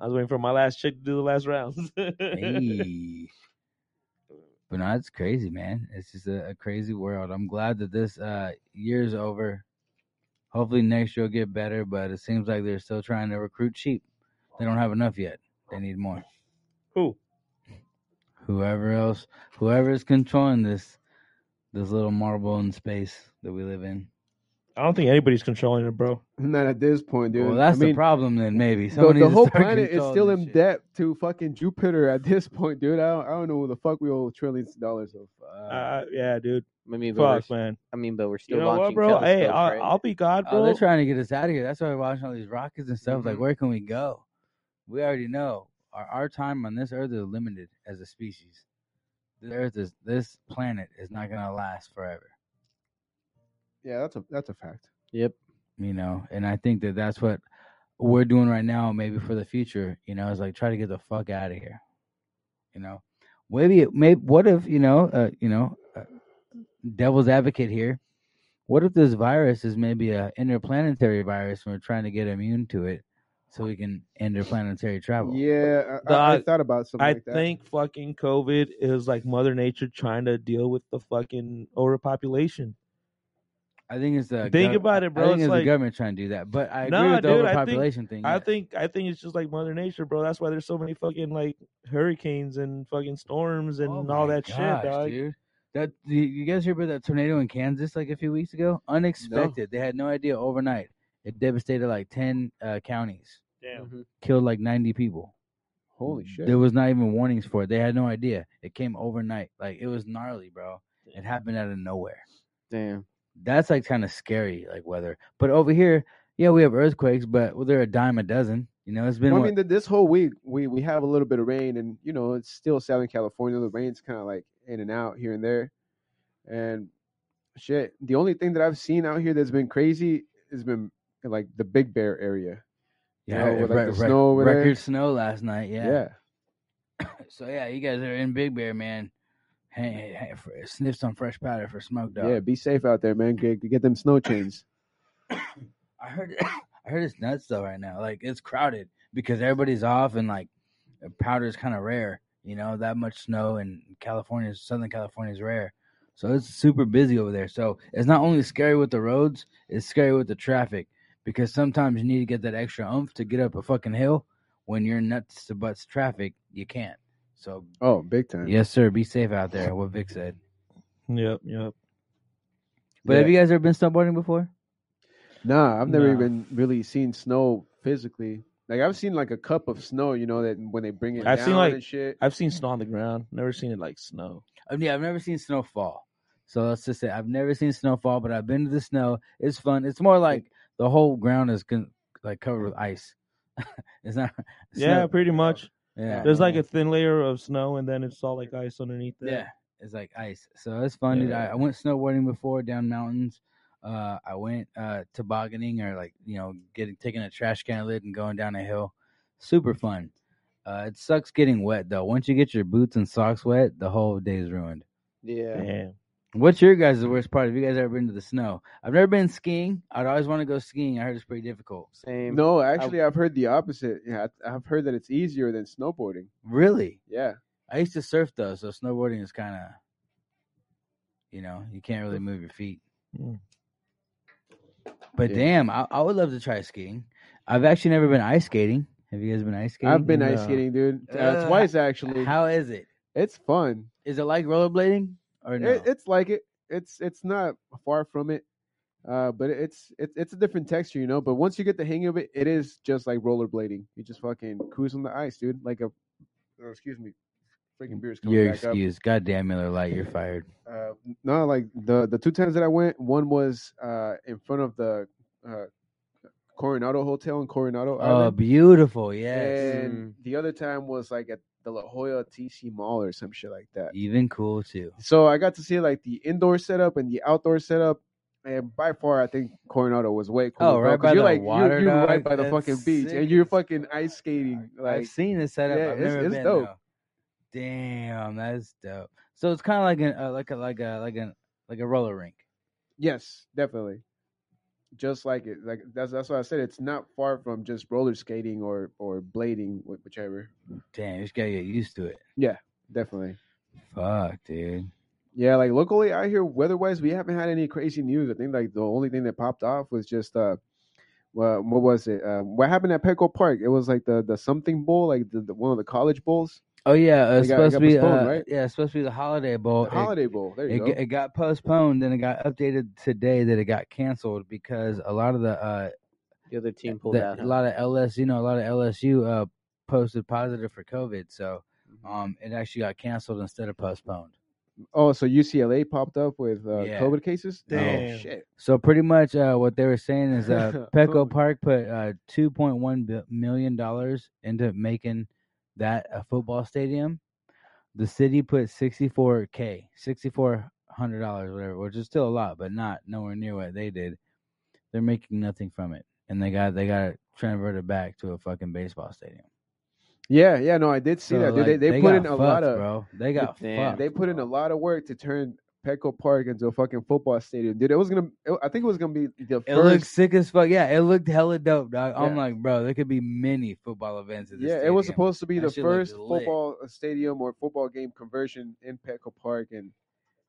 S1: I was waiting for my last check to do the last round.
S2: Hey. But no, it's crazy, man. It's just a, a crazy world. I'm glad that this uh, year's over. Hopefully next year will get better, but it seems like they're still trying to recruit cheap. They don't have enough yet. They need more.
S1: Who?
S2: Whoever else, whoever is controlling this, this little marble in space that we live in.
S1: I don't think anybody's controlling it, bro.
S3: Not at this point, dude.
S2: well, that's
S3: I mean,
S2: the problem then. Maybe
S3: The,
S2: Someone
S3: the
S2: needs to
S3: whole
S2: start
S3: planet is
S2: controlling
S3: still
S2: this
S3: in
S2: shit.
S3: debt to fucking Jupiter at this point, dude. I don't, I don't know what the fuck we owe trillions of dollars of.
S1: Uh, yeah, dude.
S4: I mean, but we're,
S1: Fuck, man.
S4: I mean, but we're still
S1: You know
S4: launching
S1: what, bro? Hey,
S4: telescopes,
S1: I'll,
S4: right?
S1: I'll be God,
S2: Oh,
S1: bro.
S2: they're trying to get us out of here. That's why we're watching all these rockets and stuff.
S3: Mm-hmm.
S2: Like, where can we go? We already know our, our time on this earth is limited as a species. This earth is this planet is not gonna last forever.
S3: yeah, that's a that's a fact.
S4: Yep.
S2: You know, and I think that that's what we're doing right now. Maybe for the future, you know, is like try to get the fuck out of here. You know, maybe maybe what if you know uh, you know uh, devil's advocate here. What if this virus is maybe a interplanetary virus and we're trying to get immune to it so we can interplanetary travel?
S3: Yeah, I, I, I
S1: Dog,
S3: thought about something
S1: I
S3: like that.
S1: think fucking COVID is like Mother Nature trying to deal with the fucking overpopulation.
S2: I think it's the
S1: Think about it, bro.
S2: I think
S1: It's
S2: it's,
S1: like-
S2: the government trying to do that, but I agree
S1: Nah,
S2: with the
S1: dude, I think-
S2: overpopulation thing.
S1: I
S2: yeah.
S1: think I think it's just like Mother Nature, bro. That's why there's so many fucking like hurricanes and fucking storms and
S2: Oh
S1: all
S2: my
S1: that
S2: gosh,
S1: shit, dog.
S2: Dude. That you- you guys hear about that tornado in Kansas like a few weeks ago? Unexpected. They had no idea overnight. It devastated like ten uh, counties,
S1: Damn.
S4: Mhm.
S2: killed like ninety people.
S3: Holy shit!
S2: There was not even warnings for it. They had no idea. It came overnight. Like it was gnarly, bro. It happened out of nowhere.
S4: Damn.
S2: That's like kind of scary, like weather. But over here, yeah, we have earthquakes, but well, they're a dime a dozen. You know, it's been
S3: Well, I
S2: what-
S3: mean, th- this whole week we we have a little bit of rain, and you know it's still Southern California. The rain's kind of like in and out here and there, and shit. The only thing that I've seen out here that's been crazy has been like the Big Bear area. you
S2: eh,
S3: know, with, like, the snow over there.
S2: record snow last night.
S3: Yeah,
S2: So yeah, you guys are in Big Bear, man. Hey, hey, hey, fr- sniff some fresh powder for smoke
S3: yeah.
S2: dog.
S3: be safe out there, man. Get get them snow chains.
S2: I heard, I heard it's nuts though right now. Like it's crowded because everybody's off and like powder's kind of rare. You know that much snow in California, Southern California is rare, so it's super busy over there. So it's not only scary with the roads, it's scary with the traffic because sometimes you need to get that extra oomph to get up a fucking hill. When you're nuts to butts traffic, you can't. So
S3: Oh, big time.
S2: yes, sir, be safe out there. What Vic said.
S1: Yep, yep.
S2: But have you guys ever been snowboarding before?
S3: Nah, I've never
S1: Nah.
S3: even really seen snow physically. Like I've seen like a cup of snow, you know, that when they bring it
S1: I've
S3: down
S1: seen, like-
S3: and shit.
S1: I've seen snow on the ground. Never seen it like snow.
S2: Um, yeah, I've never seen snow fall. So let's just say I've never seen snow fall, but I've been to the snow. It's fun. It's more like the whole ground is con- like covered with ice. it's not. it's
S1: yeah,
S2: not-
S1: pretty much.
S2: Yeah.
S1: There's like a thin layer of snow, and then it's all like ice underneath. It.
S2: Yeah, it's like ice. So it's fun. dude. I,
S1: Yeah.
S2: I went snowboarding before down mountains. Uh, I went uh, tobogganing or like you know getting taking a trash can lid and going down a hill. Super fun. Uh, it sucks getting wet though. Once you get your boots and socks wet, the whole day is ruined.
S4: Yeah.
S1: Damn.
S2: What's your guys' worst part? Have you guys ever been to the snow? I've never been skiing. I'd always want to go skiing. I heard it's pretty difficult.
S4: Same.
S3: No, actually, I've heard the opposite. Yeah, I- I've heard that it's easier than snowboarding.
S2: Really?
S3: Yeah,
S2: I used to surf though, so snowboarding is kind of, you know, you can't really move your feet.
S1: Mm.
S2: But
S3: Hmm. Yeah.
S2: damn, I, I would love to try skiing. I've actually never been ice skating. Have you guys been ice skating?
S3: I've been ice
S1: No.
S3: skating, dude, uh,
S2: Uh,
S3: twice actually.
S2: How is it?
S3: It's fun.
S2: Is it like rollerblading or no?
S3: It, it's like it. It's it's not far from it, uh, but it's it's it's a different texture, you know. But once you get the hang of it, it is just like rollerblading. You just fucking cruise on the ice, dude. Like a, oh, excuse me, freaking beer's coming
S2: Your
S3: back up.
S2: excuse. Goddamn Miller Lite, you're fired.
S3: uh, no, like the the two times that I went, one was uh, in front of the uh, Coronado Hotel in Coronado
S2: Oh,
S3: Island.
S2: beautiful. Yes.
S3: And the other time was like at the La Jolla TC Mall or some shit like that.
S2: Even cool too.
S3: So I got to see like the indoor setup and the outdoor setup. And by far, I think Coronado was way cooler.
S2: Oh,
S3: bro,
S2: right
S3: 'cause
S2: by the
S3: you're like,
S2: water,
S3: You're, you're right
S2: dog.
S3: by the
S2: That's
S3: fucking beach,
S2: sick
S3: and you're
S2: as
S3: fucking
S2: fuck,
S3: ice skating.
S2: dog.
S3: Like,
S2: I've seen the setup.
S3: yeah,
S2: I've
S3: it's-
S2: never
S3: it's
S2: been
S3: dope.
S2: though. Damn, that's dope. So it's kind of like an uh, like a like a like a like a roller rink.
S3: yes, definitely. Just like it, like that's that's why I said it's not far from just roller skating or or blading, wh- whichever.
S2: Damn, you just gotta get used to it.
S3: Definitely.
S2: Fuck, dude.
S3: Yeah, like locally out here, weather-wise, we haven't had any crazy news. I think like the only thing that popped off was just uh, well, what was it? Uh, what happened at Petco Park? It was like the the something bowl, like the, the one of the college bowls,
S2: Oh yeah, uh,
S3: It
S2: it's
S3: got- it
S2: supposed
S3: got
S2: to be
S3: postponed,
S2: uh,
S3: right?
S2: yeah, it's supposed to be the holiday
S3: the
S2: bowl. Oh, It-
S3: holiday bowl. There you
S2: it,
S3: go.
S2: g- it got postponed then it got updated today that it got canceled because a lot of the uh
S4: The other team pulled
S2: the,
S4: out.
S2: a lot of ls you know a lot of lsu uh posted positive for covid so
S4: Mm-hmm.
S2: um it actually got canceled instead of postponed
S3: oh, so UCLA popped up with uh,
S2: Yeah.
S3: COVID cases.
S1: Damn.
S3: Oh, shit.
S2: so pretty much uh what they were saying is uh
S3: Oh.
S2: Petco park put uh 2.1 bi- million dollars into making that a football stadium the city put 64k 6400 dollars whatever which is still a lot but not nowhere near what they did they're making nothing from it and they got they got to convert it back to a fucking baseball stadium
S3: Yeah, yeah. No, I did see
S2: So,
S3: that. dude.
S2: like,
S3: they they, put
S2: got
S3: in a lot
S2: fucked,
S3: of
S2: bro they got
S4: Damn.
S2: fucked
S3: they put in a lot of work to turn Petco Park into a fucking football stadium, dude. It was gonna. It, I think it was gonna be the
S2: it
S3: first.
S2: looked sick as fuck. Yeah, it looked hella dope, dog. I'm
S3: Yeah.
S2: like, bro, there could be many football events at this.
S3: Yeah, it was
S2: stadium.
S3: supposed to be
S2: That
S3: the
S2: shit looked
S3: first
S2: lit.
S3: football stadium or football game conversion in Petco Park, and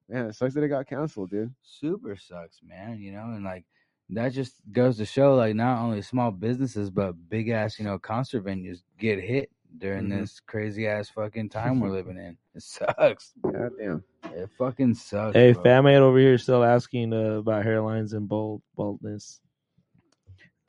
S3: man, it sucks that it got canceled, dude.
S2: super sucks, man. You know, and like that just goes to show, like not only small businesses but big ass, you know, concert venues get hit during
S3: Mhm.
S2: this crazy ass fucking time we're living in. It sucks.
S3: God damn.
S2: It fucking sucks.
S1: Hey,
S2: bro.
S1: Famhead over here still asking uh, about hairlines and bald baldness.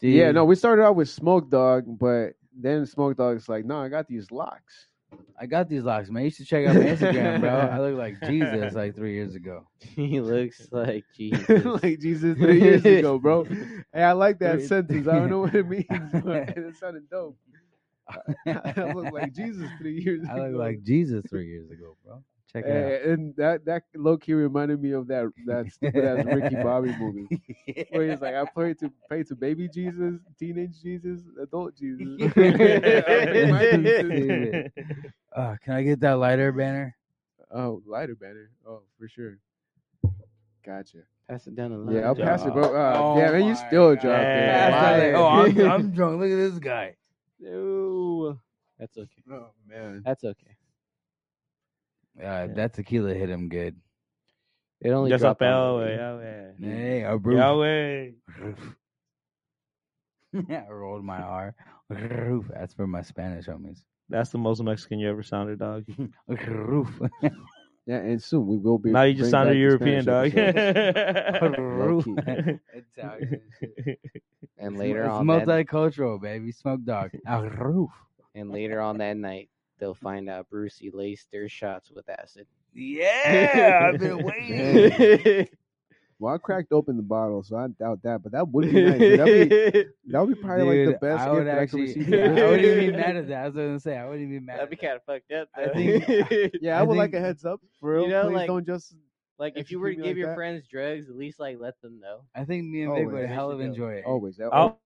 S2: Dude,
S3: Yeah, no, we started out with Smoke Dog, but then Smoke Dog's like, no, I got these locks.
S2: I got these locks, man. You should check out my Instagram, bro. I look like Jesus like three years ago.
S4: he looks like Jesus.
S3: like Jesus three years ago, bro. Hey, I like that
S2: Three-
S3: sentence. I don't know what it means, but it sounded dope. I look like Jesus three years
S2: I look
S3: ago.
S2: like Jesus three years ago, bro. Check it out.
S3: Hey, and that that low key reminded me of that that stupid ass Ricky Bobby movie. where he's like, I play to pray to baby Jesus, teenage Jesus, adult Jesus.
S2: Stupid. Uh, can I get that lighter banner?
S3: oh, lighter banner. Oh, for sure. Gotcha.
S4: Pass it down the line.
S3: Yeah, I'll pass it, bro.
S1: Drop.
S3: Uh,
S2: Oh
S3: damn, and
S2: my
S3: you still
S2: God.
S3: dropped it.
S1: Yeah.
S2: Pass that-
S3: Liar.
S2: Oh, I'm, I'm drunk. Look at this guy.
S4: No. That's okay.
S3: oh man.
S4: That's okay.
S2: Uh, that tequila hit him good.
S4: It only
S1: Just up
S4: dropped on
S1: Yahweh,
S4: me.
S1: Yahweh.
S2: Hey, I brew.
S1: Yahweh.
S2: I rolled my R. Roof. That's for my Spanish homies.
S1: That's the most Mexican you ever sounded, dog.
S2: Roof.
S3: Yeah, and soon we will be.
S1: Now you just
S3: bring
S1: sounded
S3: back the
S1: European,
S3: Spanish
S1: dog.
S3: episodes. Low key.
S2: Italian.
S4: And later
S2: it's
S4: on, that,
S2: multicultural, baby. Smoke dog. A roof.
S4: and later on that night, they'll find out Brucey laced their shots with acid.
S2: Yeah, I've been waiting.
S3: Well, I cracked open the bottle, so I doubt that. But that would be nice. dude. That'd be, that'd be probably
S2: Dude,
S3: like the best
S2: I
S3: gift
S2: would
S3: that I could
S2: actually.
S3: receive.
S2: I wouldn't even be mad at that. I was gonna say I wouldn't even be mad.
S4: That'd be
S2: at that.
S4: kind of fucked up.
S2: I
S4: though.
S2: think-
S3: Yeah, I,
S2: I
S3: would like
S2: think-
S3: a heads up. For real,
S4: You know,
S3: please
S4: like-
S3: don't just
S4: like
S3: If
S4: if you
S3: you
S4: were to
S3: treat
S4: give
S3: me like
S4: your
S3: that.
S4: friends drugs, at least like let them know.
S2: I think me and Vic would
S3: Always.
S2: hell of
S4: They should
S2: enjoy it.
S3: always. That,
S1: I'll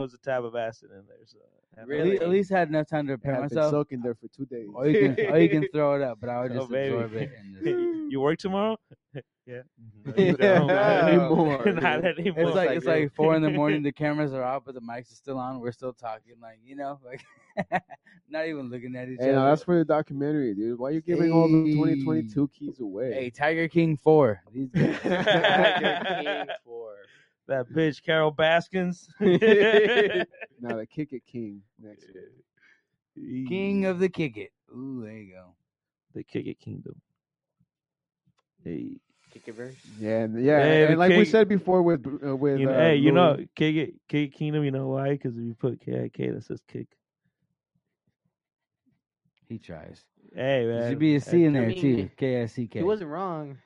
S1: was a tab of acid in there. So
S2: At least,
S4: Really?
S2: at least had enough time to prepare
S3: I've been
S2: myself.
S3: soaking there for two days.
S2: Or Oh, you can, or you can throw it up, but I would
S1: Oh,
S2: just
S1: baby.
S2: absorb it. And just...
S1: you work tomorrow? yeah. Mm-hmm.
S3: you don't. Not anymore,
S1: Not
S3: dude.
S1: anymore.
S2: It's like it's
S1: dude.
S2: like four in the morning. The cameras are out, but the mics are still on. We're still talking, like you know, like not even looking at each
S3: Hey,
S2: other.
S3: now that's for the documentary, dude. Why you giving all the
S2: Hey.
S3: 2022 keys
S2: Hey,
S3: away?
S2: Tiger King four. These guys.
S4: Tiger King for
S1: that bitch Carol Baskins.
S3: Now the kick it king next week.
S2: King of the Kick It. Ooh, there you go.
S1: the Kick It Kingdom. Hey,
S4: kick it verse.
S3: Yeah, and, yeah,
S1: Hey,
S3: and
S1: the
S3: like we
S1: king-
S3: said before with uh, with
S1: you know,
S3: uh,
S1: hey, you know
S3: Louis-
S1: Kick It Kick It Kingdom. You know why? Because if you put K I K, that says kick.
S2: He tries.
S1: Hey
S2: There
S1: man,
S2: should be a
S1: I-
S2: C in there
S4: mean,
S2: too. K I C K.
S4: He wasn't wrong.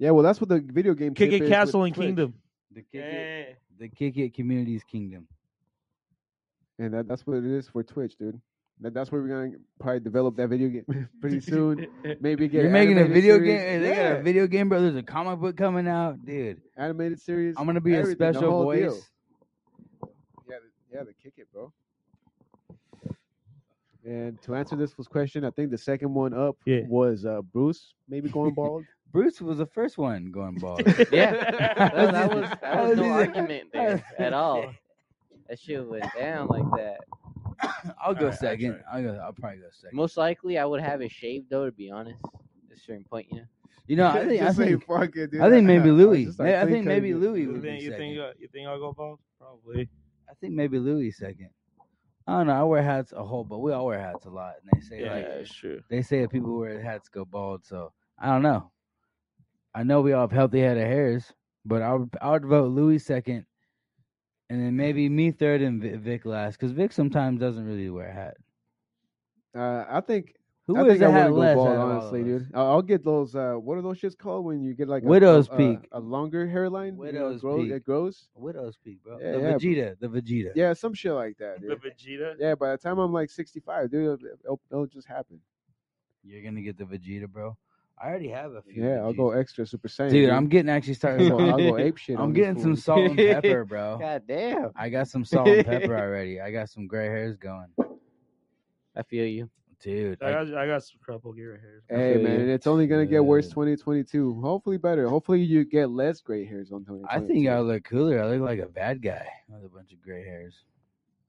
S3: Yeah, well, that's what the video game
S1: Kick
S3: tip
S1: it
S3: is
S1: Castle
S3: with
S1: and
S3: Twitch.
S1: Kingdom.
S2: The kick it, the kick it community's kingdom.
S3: and that, that's what it is for Twitch, dude. That, that's where we're gonna probably develop that video game pretty soon. Maybe get
S2: You're making a
S3: animated
S2: video
S3: series.
S2: game. hey, They got a video game, bro. There's a comic book coming out, dude.
S3: animated series.
S2: I'm gonna be a
S3: everything, the
S2: special
S3: whole
S2: voice.
S3: deal. Yeah, the, yeah, the kick it, bro. And to answer this was question, I think the second one up
S1: Yeah.
S3: was uh, Bruce maybe going bald.
S2: Bruce was the first one going bald.
S1: yeah.
S4: No, that was that
S2: That
S4: was no
S2: was easy.
S4: argument there at all. That shit went down like that.
S2: I'll
S5: Alright,
S2: go
S5: I'll
S2: second.
S5: try.
S2: I'll go. I'll probably go second.
S4: Most likely, I would have it shaved though. To be honest, at a certain point, you know.
S2: you know, I think. I
S3: Just say,
S2: think.
S3: "Fuck it, dude,
S2: I think maybe
S3: I'll
S2: Louis.
S3: just
S2: May- I
S3: clean
S2: think
S3: cut
S2: maybe
S3: it."
S2: Louis
S1: You
S2: would
S1: think
S2: be
S1: you think
S2: second.
S1: uh, you think I'll go bald? Probably.
S2: I think maybe Louis second. I don't know. I wear hats a whole, but we all wear hats a lot, and they say
S1: Yeah,
S2: like
S1: that's true.
S2: they say that people who wear hats go bald. So I don't know. I know we all have healthy head of hairs, but I would I would vote Louis second, and then maybe me third and Vi- Vic last because Vic sometimes doesn't really wear a hat.
S3: Uh, I think
S2: Who
S3: I
S2: wears
S3: think I
S2: a
S3: want to
S2: hat
S3: go
S2: less?
S3: bald,
S2: out of all of
S3: honestly,
S2: us?
S3: dude. I- I'll get those. Uh, what are those shits called when you get like a-
S2: Widow's
S3: a, a-
S2: peak.
S3: a longer hairline? you know, it
S2: Widow's
S3: grows-
S2: peak.
S3: It grows.
S2: Widow's peak, bro.
S3: Yeah,
S2: the
S3: yeah, but-
S2: Vegeta, the Vegeta.
S3: Yeah, some shit like that,
S1: The
S3: dude.
S1: Vegeta.
S3: Yeah, by the time I'm like 65, dude, it'll, it'll, it'll just happen.
S2: You're gonna get the Vegeta, bro. I already have a few.
S3: Yeah, I'll go extra Super Saiyan,
S2: Dude, I'm getting actually starting.
S3: I'll go,
S2: to-
S3: I'll go ape shit. on
S2: I'm
S3: these
S2: getting some
S3: fools.
S2: salt and pepper, bro.
S4: God damn,
S2: I got some salt and pepper already. I got some gray hairs going,
S4: I feel you.
S2: dude.
S1: I
S2: I-
S1: got I got some crumple gear right here.
S3: Hey
S4: feel
S3: man,
S4: you.
S3: it's only gonna get worse
S2: Shit.
S3: 2022. Hopefully better. Hopefully you get less gray hairs on 2022.
S2: I think I look cooler. I look like a bad guy with a bunch of gray hairs.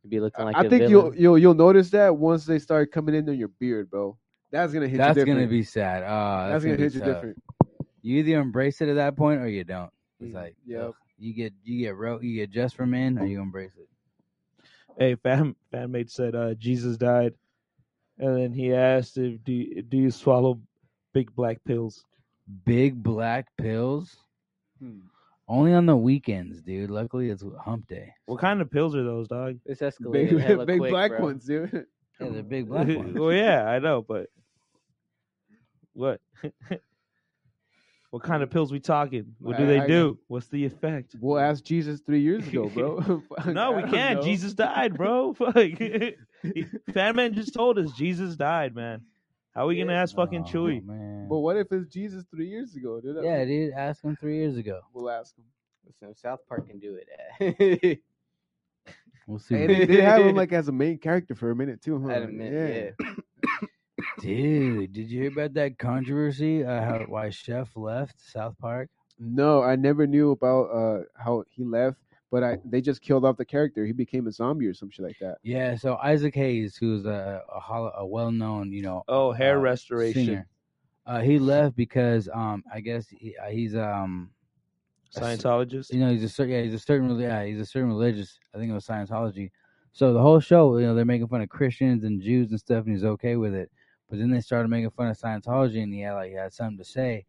S4: You'd be looking like
S3: I
S4: a
S3: think you'll
S4: villain.
S3: you'll you'll notice that once they start coming in on your beard, bro. That's gonna hit
S2: That's
S3: you
S2: gonna
S3: different.
S2: be sad. Ah,
S3: that's, gonna, hit you
S2: be tough.
S3: different.
S2: You either embrace it at that point or you don't. It's
S3: Mm,
S2: like,
S3: yep.
S2: ugh, you get you get ro- you get just for men or you embrace it.
S1: Hey, fan fanmate said uh, Jesus died, and then he asked if do you, do you swallow big black pills?
S2: Big black pills.
S3: Hmm.
S2: Only on the weekends, dude. Luckily, it's hump day.
S1: What kind of pills are those, dog?
S4: This escalated
S3: Big,
S4: hella
S3: big
S4: quick,
S3: black
S4: bro.
S3: ones, dude.
S2: Yeah, they're big black ones.
S1: well, yeah, I know, but what? what kind of pills we talking? What do
S3: I-
S1: they
S3: I-
S1: do? What's the effect?
S3: We'll ask Jesus three years ago, bro. Fuck,
S1: No,
S3: I
S1: we
S3: don't
S1: can't.
S3: know.
S1: Jesus died, bro. Fuck. Fanman just told us Jesus died, man. How we gonna ask fucking
S2: Oh,
S1: Chewy?
S2: man.
S3: But what if it's Jesus three years ago, dude?
S2: Yeah, dude. Ask him three years ago.
S3: We'll ask him.
S4: Listen, South Park can do eh? it.
S2: We'll see.
S3: And they did have him like as a main character for a minute too, huh?
S4: I admit, yeah.
S2: Dude, did you hear about that controversy? Uh, how, why Chef left South Park?
S3: No, I never knew about uh how he left, but I they just killed off the character. He became a zombie or some shit like that.
S2: Yeah, so Isaac Hayes, who's a a, hol- a well-known, you know,
S1: Oh, hair
S2: Uh,
S1: restoration.
S2: singer, uh, he left because um, I guess he, uh, he's um, a s-
S1: Scientologist.
S2: you know, he's a cer- yeah, he's a certain reli- yeah, he's a certain religious. I think it was Scientology. So the whole show, you know, they're making fun of Christians and Jews and stuff, and he's okay with it. But then they started making fun of Scientology, and he had like he had something to say,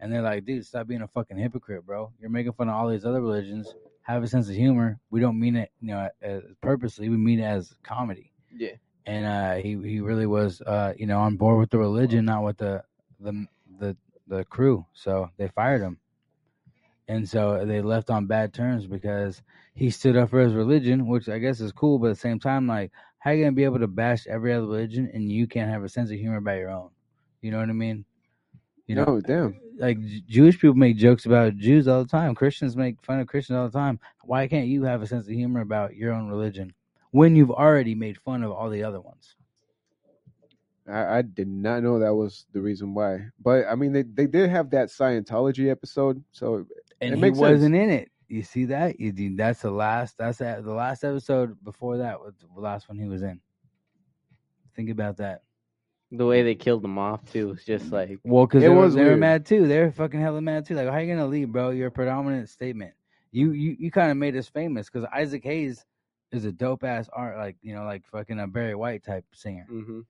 S2: and they're like, "Dude, stop being a fucking hypocrite, bro. You're making fun of all these other religions. Have a sense of humor. We don't mean it, you know, as, purposely. We mean it as comedy."
S4: Yeah.
S2: And uh, he he really was, uh, you know, on board with the religion, not with the the the the crew. So they fired him and so they left on bad terms because he stood up for his religion, which I guess is cool, but at the same time, like, how you gonna be able to bash every other religion and you can't have a sense of humor about your own? You know what I mean? You know,
S3: no, damn.
S2: like J- Jewish people make jokes about Jews all the time. Christians make fun of Christians all the time. Why can't you have a sense of humor about your own religion when you've already made fun of all the other ones?
S3: I, I did not know that was the reason why. But I mean they, they did have that Scientology episode, so
S2: and
S3: It
S2: he
S3: makes
S2: wasn't
S3: sense.
S2: in it. You see that? You do- that's the last. That's the, the last episode before that was the last one he was in. Think about that.
S4: The way they killed him off too was just like
S2: Well, because they,
S3: It
S2: were-
S3: was
S2: they were
S3: weird.
S2: mad too. They were fucking hella mad too. Like, how you gonna leave, bro? You're a predominant statement. You you you kind of made us famous because Isaac Hayes is a dope ass art, like you know, like fucking a Barry White type singer.
S3: Mm.
S4: hmm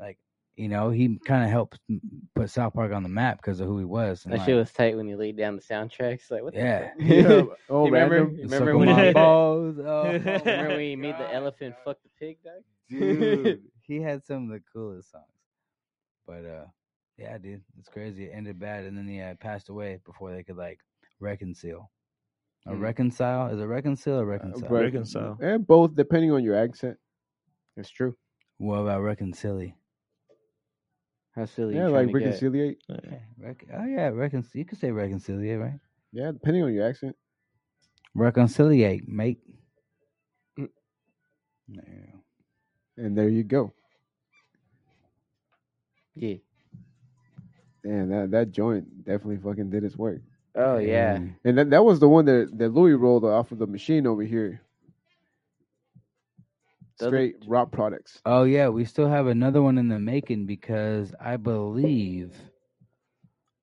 S2: Like you know, he kind of helped m- put South Park on the map because of who he was. and,
S4: that
S2: like,
S4: shit was tight when you laid down the soundtracks. Like what? the
S2: Yeah.
S4: fuck?
S3: yeah, oh
S4: You remember?
S3: random.
S4: you
S2: "Suck
S4: remember
S2: on
S1: when-
S2: my balls." Oh,
S4: Remember
S2: my
S4: when you made
S2: God,
S4: the elephant
S2: dog.
S4: fuck the pig, dog?
S2: dude. he had some of the coolest songs. But uh Yeah, dude, it's crazy. It ended bad, and then he uh, passed away before they could like reconcile. Or
S4: Mm.
S3: Hmm.
S2: reconcile is it reconcile
S4: Uh,
S2: or reconcile?
S3: Right.
S1: Reconcile.
S3: And both, depending on your accent.
S4: That's true.
S2: What about reconcile?
S4: How silly.
S3: Yeah, like
S4: you trying to get.
S3: reconciliate.
S2: Yeah, rec- oh yeah, reconcile. You could say reconciliate, right?
S3: Yeah, depending on your accent.
S2: Reconciliate, mate.
S4: Mm.
S2: Yeah.
S3: And there you go.
S4: Yeah.
S3: Damn, that, that joint definitely fucking did its work.
S4: Oh yeah.
S2: Mm.
S3: And that, that was the one that, that Louis rolled off of the machine over here.
S4: The other-
S3: Straight raw products.
S2: Oh yeah, we still have another one in the making because I believe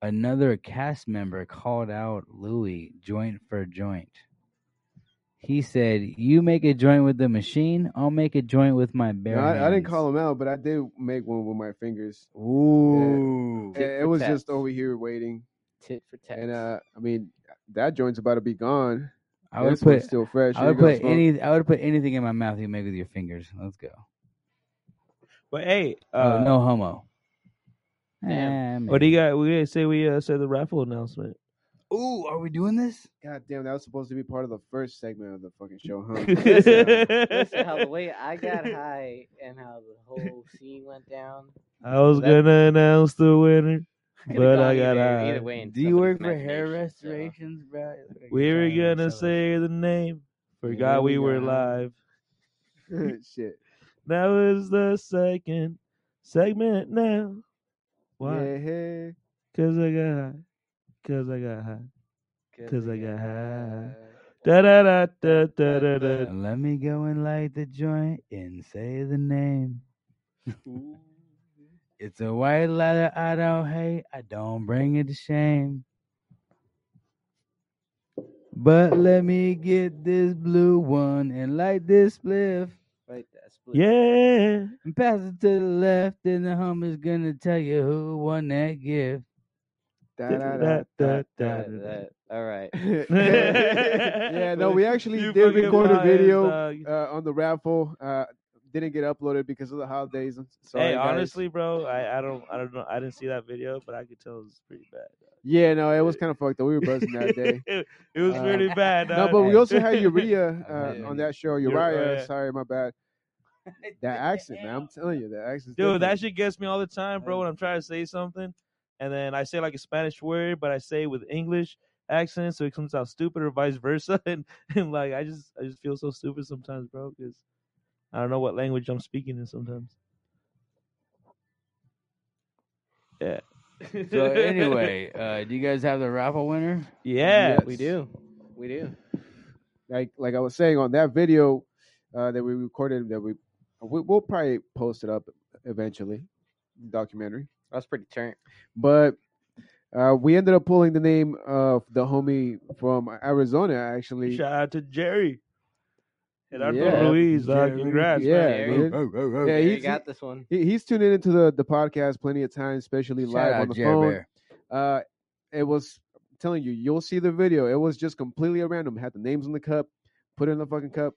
S2: another cast member called out Louis joint for joint. He said, "You make a joint with the machine, I'll make a joint with my bare."
S3: No, I, I didn't
S2: hands."
S3: call them out, but I did make one with my fingers.
S2: Ooh.
S3: It,
S4: Tit
S3: it
S4: for
S3: was
S4: tat.
S3: just over here waiting.
S4: Tit for tat.
S3: And uh, I mean, that joint's about to be gone.
S2: I would
S3: this one's
S2: put
S3: still fresh.
S2: I
S3: Here
S2: would
S3: you go,
S2: put
S3: Smoke.
S2: any I would put anything in my mouth you make with your fingers. Let's go.
S1: But hey, uh,
S2: oh, no homo.
S4: Damn.
S2: Eh,
S1: what do
S2: maybe.
S1: you got? We gotta say we uh, said the raffle announcement.
S2: Ooh, are we doing this?
S3: God damn, that was supposed to be part of the first segment of the fucking show, huh?
S4: Listen, Listen how the way I got high and how the whole scene went down.
S1: I was
S4: That-
S1: gonna announce the winner,
S4: Could've
S1: but
S4: gone
S1: I got
S4: either,
S1: high.
S4: either way. in
S2: Do you
S4: somebody's
S2: work for hair
S4: imagination, so-
S2: restorations, bro?
S1: We were gonna say the name.
S3: Yeah,
S1: Forgot we
S3: we
S1: were
S3: got-
S1: live.
S3: Shit.
S1: That was the second segment now. Why?
S3: Yeah, hey.
S1: Cause I got high. Cause I got high. Cause I got high. Da da da da da da da.
S2: Let me go and light the joint and say the name. It's a white letter I don't hate. I don't bring it to shame. But let me get this blue one and light this spliff.
S4: Right, that's blue.
S1: Yeah.
S2: And pass it to the left, and the homie's gonna tell you who won that gift.
S3: Da,
S1: Da da
S3: da, da,
S1: da da.
S4: That- that- All right.
S3: yeah, no, we actually
S1: You
S3: did
S1: fucking
S3: record a
S1: liars,
S3: video
S1: dog.
S3: uh, on the raffle. Uh, didn't get uploaded because of the holidays. I'm Sorry,
S1: hey,
S3: guys.
S1: honestly, bro, I, I don't I don't know I didn't see that video, but I could tell it was pretty bad.
S3: Yeah, no, it was kind of fucked up. We were buzzing that day.
S1: it was
S3: Uh,
S1: pretty bad.
S3: No,
S1: dog.
S3: but we
S2: Hey.
S3: also had Urea
S2: Yeah.
S3: uh, on that show.
S1: Uriah,
S3: Uriah,
S1: yeah.
S3: sorry, my bad. That accent, man. I'm telling you, that accent.
S1: Dude, that shit gets me all the time, bro.
S3: Hey.
S1: When I'm trying to say something, and then I say like a Spanish word, but I say it with English accent, so it comes out stupid, or vice versa. And and like I just I just feel so stupid sometimes, bro, because I don't know what language I'm speaking in sometimes. Yeah.
S2: So anyway, uh, do you guys have the raffle winner?
S1: yeah,
S3: Yes.
S4: We do. We do.
S3: like like I was saying on that video uh, that we recorded that we we- we'll probably post it up eventually, documentary.
S4: I was pretty turned.
S3: But uh, we ended up pulling the name of the homie from Arizona, actually.
S1: Shout out to Jerry. Gerardo
S3: Yeah.
S1: Ruiz, uh,
S2: Jerry.
S1: congrats.
S3: Yeah,
S1: man.
S4: Jerry.
S3: dude. Yeah,
S4: Yeah, you
S3: he's-
S4: got this one.
S3: He- He's tuned into the, the podcast plenty of times, especially live on the phone. Uh, it was I'm telling you, you'll see the video. It was just completely random. Had the names in the cup, put it in the fucking cup,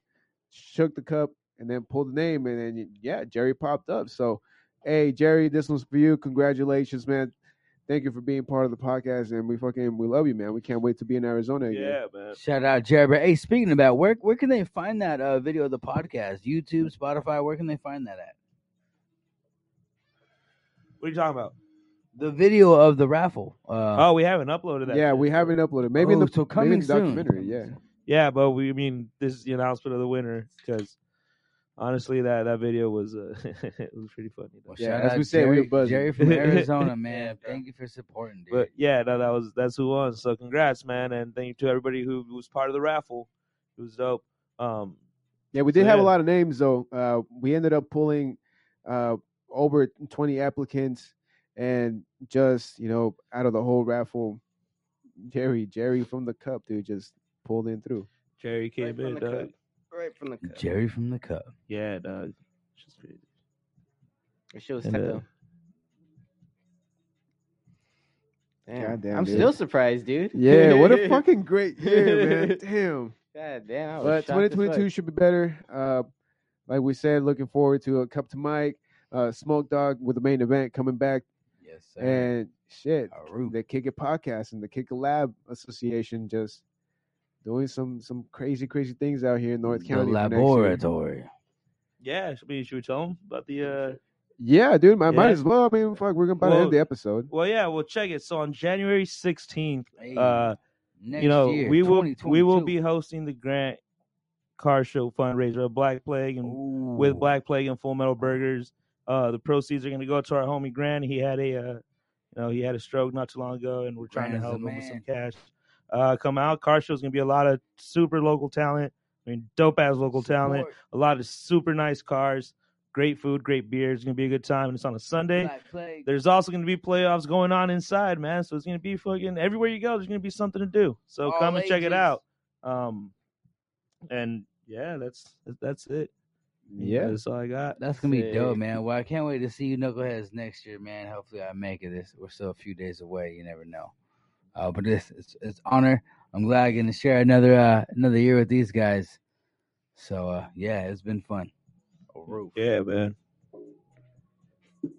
S3: shook the cup, and then pulled the name, and then yeah, Jerry popped up. So, hey, Jerry, this one's for you. Congratulations, man. Thank you for being part of the podcast, and we fucking we love you, man. We can't wait to be in Arizona again.
S1: Yeah, man.
S2: Shout out Jerry Bear. Hey, speaking of that, where where can they find that uh, video of the podcast? YouTube, Spotify. Where can they find that at?
S1: What are you talking about?
S2: The video of the raffle. Uh,
S1: Oh, we haven't uploaded that.
S3: Yeah,
S1: shit,
S3: we
S1: so-
S3: haven't uploaded. Maybe in
S2: oh,
S3: the
S2: so
S3: maybe in
S2: coming
S3: the
S2: soon.
S3: documentary. Yeah,
S1: Yeah, but we I mean this is the announcement of the winner because honestly, that that video was uh, it was pretty funny. though.
S2: Well,
S3: Yeah,
S2: shout
S3: as
S2: out
S3: we say, we
S2: Jerry,
S3: were buzzing.
S2: Jerry from Arizona, man. Thank you for supporting, dude.
S1: But yeah, no, that was that's who won. So congrats, man, and thank you to everybody who was part of the raffle. It was dope. Um,
S3: yeah, we did
S1: So,
S3: have
S1: yeah.
S3: a lot of names though. Uh, we ended up pulling uh, over twenty applicants, and just you know, out of the whole raffle, Jerry, Jerry from the cup, dude, just pulled in through.
S1: Jerry
S4: Right
S1: came
S4: from
S1: in,
S4: the
S1: dog.
S4: cup. Right from the cup.
S2: Jerry from the Cup.
S1: Yeah, dog. Just crazy.
S4: That shit was
S1: And, uh,
S4: tight, though. Damn.
S3: Goddamn,
S4: I'm
S3: dude.
S4: still surprised, dude.
S3: Yeah, what a fucking great year, man! Damn.
S4: God damn. I was
S3: But
S4: shocked as fuck.
S3: 2022 should be better. Uh, like we said, looking forward to a cup to Mike, uh, Smoke Dog with the main event coming back
S2: Yes. Yes, sir.
S3: And shit,
S2: Haru.
S3: the Kick It podcast and the Kick It Lab Association just doing some some crazy crazy things out here in North
S2: the
S3: County. for next year.
S2: laboratory.
S1: Yeah, should we should we tell them about the uh
S3: Yeah, dude, I might
S1: Yeah.
S3: as well. I mean, fuck, we're about to
S1: Well,
S3: end the episode.
S1: well yeah, well check it. So on January sixteenth,
S2: Hey,
S1: uh
S2: next
S1: you know,
S2: year,
S1: we will we will
S2: 2022.
S1: be hosting the Grant Car Show fundraiser, Black Plague and
S2: Ooh.
S1: with Black Plague and Full Metal Burgers. Uh, the proceeds are going to go to our homie Grant. He had a, uh, you know, he had a stroke not too long ago, and we're trying
S2: Grant
S1: to
S2: is
S1: help
S2: the
S1: him with some
S2: man.
S1: cash. Uh, come out, car show's going to be a lot of super local talent. I mean, dope ass local talent.
S2: Support
S1: A lot of super nice cars, great food, great beer. It's going to be a good time, and it's on a Sunday.
S2: Black Plague.
S1: There's also going to be playoffs going on inside, man. So it's going to be fucking everywhere you go. There's going to be something to do. So
S2: All
S1: come and check
S2: ages.
S1: it out. Um, and yeah, that's that's it.
S3: Yeah,
S1: that's all I got.
S2: That's gonna be dope,
S4: Sick.
S2: man. Well, I can't wait to see you knuckleheads next year, man. Hopefully, I make it. This we're still a few days away. You never know. Uh, but this it's, it's honor. I'm glad I can share another uh, another year with these guys. So uh, yeah, it's been fun.
S1: Yeah, man.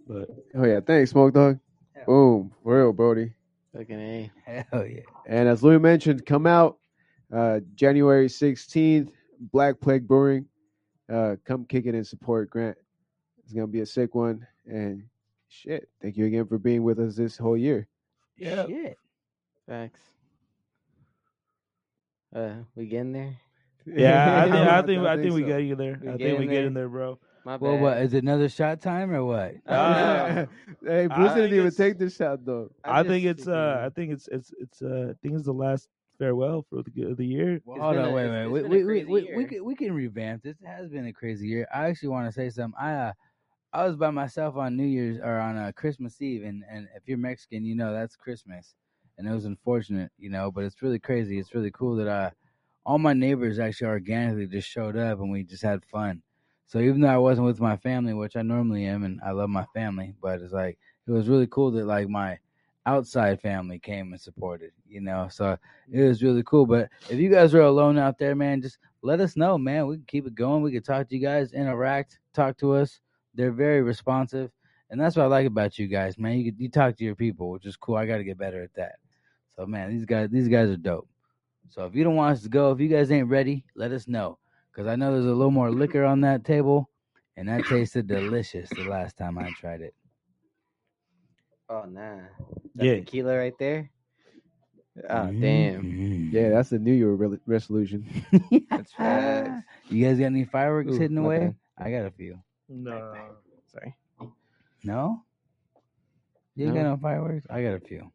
S1: But
S3: oh yeah, thanks, Smoke Dog.
S2: Yeah.
S3: Boom, for real, Brody.
S4: Fucking A.
S2: Hell yeah.
S3: And as Louis mentioned, come out uh, January 16th, Black Plague Brewing. Uh, come kick it and support Grant. It's going to be a sick one. And shit, thank you again for being with us this whole year.
S1: yeah,
S2: Shit.
S4: Facts. Uh, we getting there?
S1: yeah, I think I
S3: don't-
S1: think
S3: don't
S1: I think we
S3: so.
S1: get you there.
S4: We
S1: I
S4: get
S1: think we
S4: in
S1: get
S4: there.
S1: in there, bro.
S4: My bad.
S2: Well, what is it? Another shot time or what?
S1: Ah.
S3: hey,
S1: I
S3: Bruce
S1: think
S3: didn't even
S1: it's-
S3: take this shot, though.
S1: I, think it's uh, I think it's it's it's uh, I think it's the last farewell for the g- of the year.
S2: Well,
S4: It's
S2: hold
S4: been
S2: on,
S4: a-
S2: wait,
S4: it's-
S2: wait,
S4: it's
S2: we
S4: been a
S2: we we,
S4: crazy
S2: we, we,
S4: year.
S2: can, we can revamp. This has been a crazy year. I actually want to say something. I uh, I was by myself on New Year's or on uh, Christmas Eve, and and if you're Mexican, you know that's Christmas, and it was unfortunate, you know, but it's really crazy. It's really cool that uh, all my neighbors actually organically just showed up, and we just had fun. So even though I wasn't with my family, which I normally am, and I love my family, but it's like it was really cool that like my outside family came and supported, you know. So it was really cool. But if you guys are alone out there, man, just let us know, man. We can keep it going. We can talk to you guys, interact, talk to us. They're very responsive, and that's what I like about you guys, man. You you talk to your people, which is cool. I got to get better at that. So, man, these guys these guys are dope. So if you don't want us to go, if you guys ain't ready, let us know, because I know there's a little more liquor on that table, and that tasted delicious the last time I tried it.
S4: Oh nah. That
S1: Yeah.
S4: tequila right there. Oh
S2: Mm-hmm.
S4: damn.
S3: Yeah, that's the New Year re- resolution.
S4: That's facts.
S2: You guys got any fireworks
S3: Ooh,
S2: hidden
S3: my
S2: away?
S3: bad.
S2: I got a few.
S1: No,
S4: Sorry.
S2: No? You ain't got no fireworks? I got a few.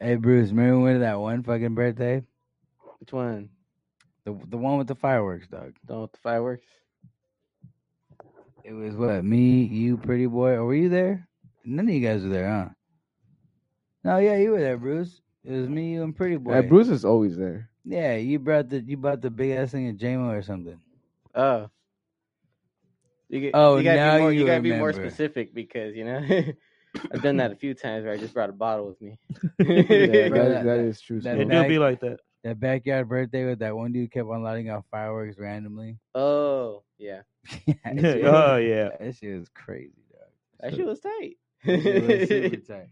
S2: Hey Bruce, remember when we went to that one fucking birthday?
S4: Which one?
S2: The the one with the fireworks, dog.
S4: The one with the fireworks?
S2: It was what, me, you, pretty boy, or were you there? None of you guys were there, huh? No, yeah, you were there, Bruce. It was me, you, and pretty boy.
S3: Hey, Bruce is always there.
S2: Yeah, you brought the you bought the big ass thing at JMO or something.
S4: Oh. You get,
S2: Oh,
S4: you gotta
S2: now
S4: be more,
S2: you
S4: gotta be more
S2: remember.
S4: specific because you know I've done that a few times where I just brought a bottle with me.
S3: Yeah,
S2: Bro,
S3: that,
S2: that-
S3: that is true.
S2: that-
S1: it
S3: Smoke.
S1: do
S2: night-
S1: be like that.
S2: That backyard birthday with that one dude kept on lighting off fireworks randomly.
S4: oh yeah.
S2: yeah, that shit-
S1: oh yeah,
S2: That shit was crazy, dog.
S4: That
S2: So-
S4: shit was tight.
S2: It was super tight.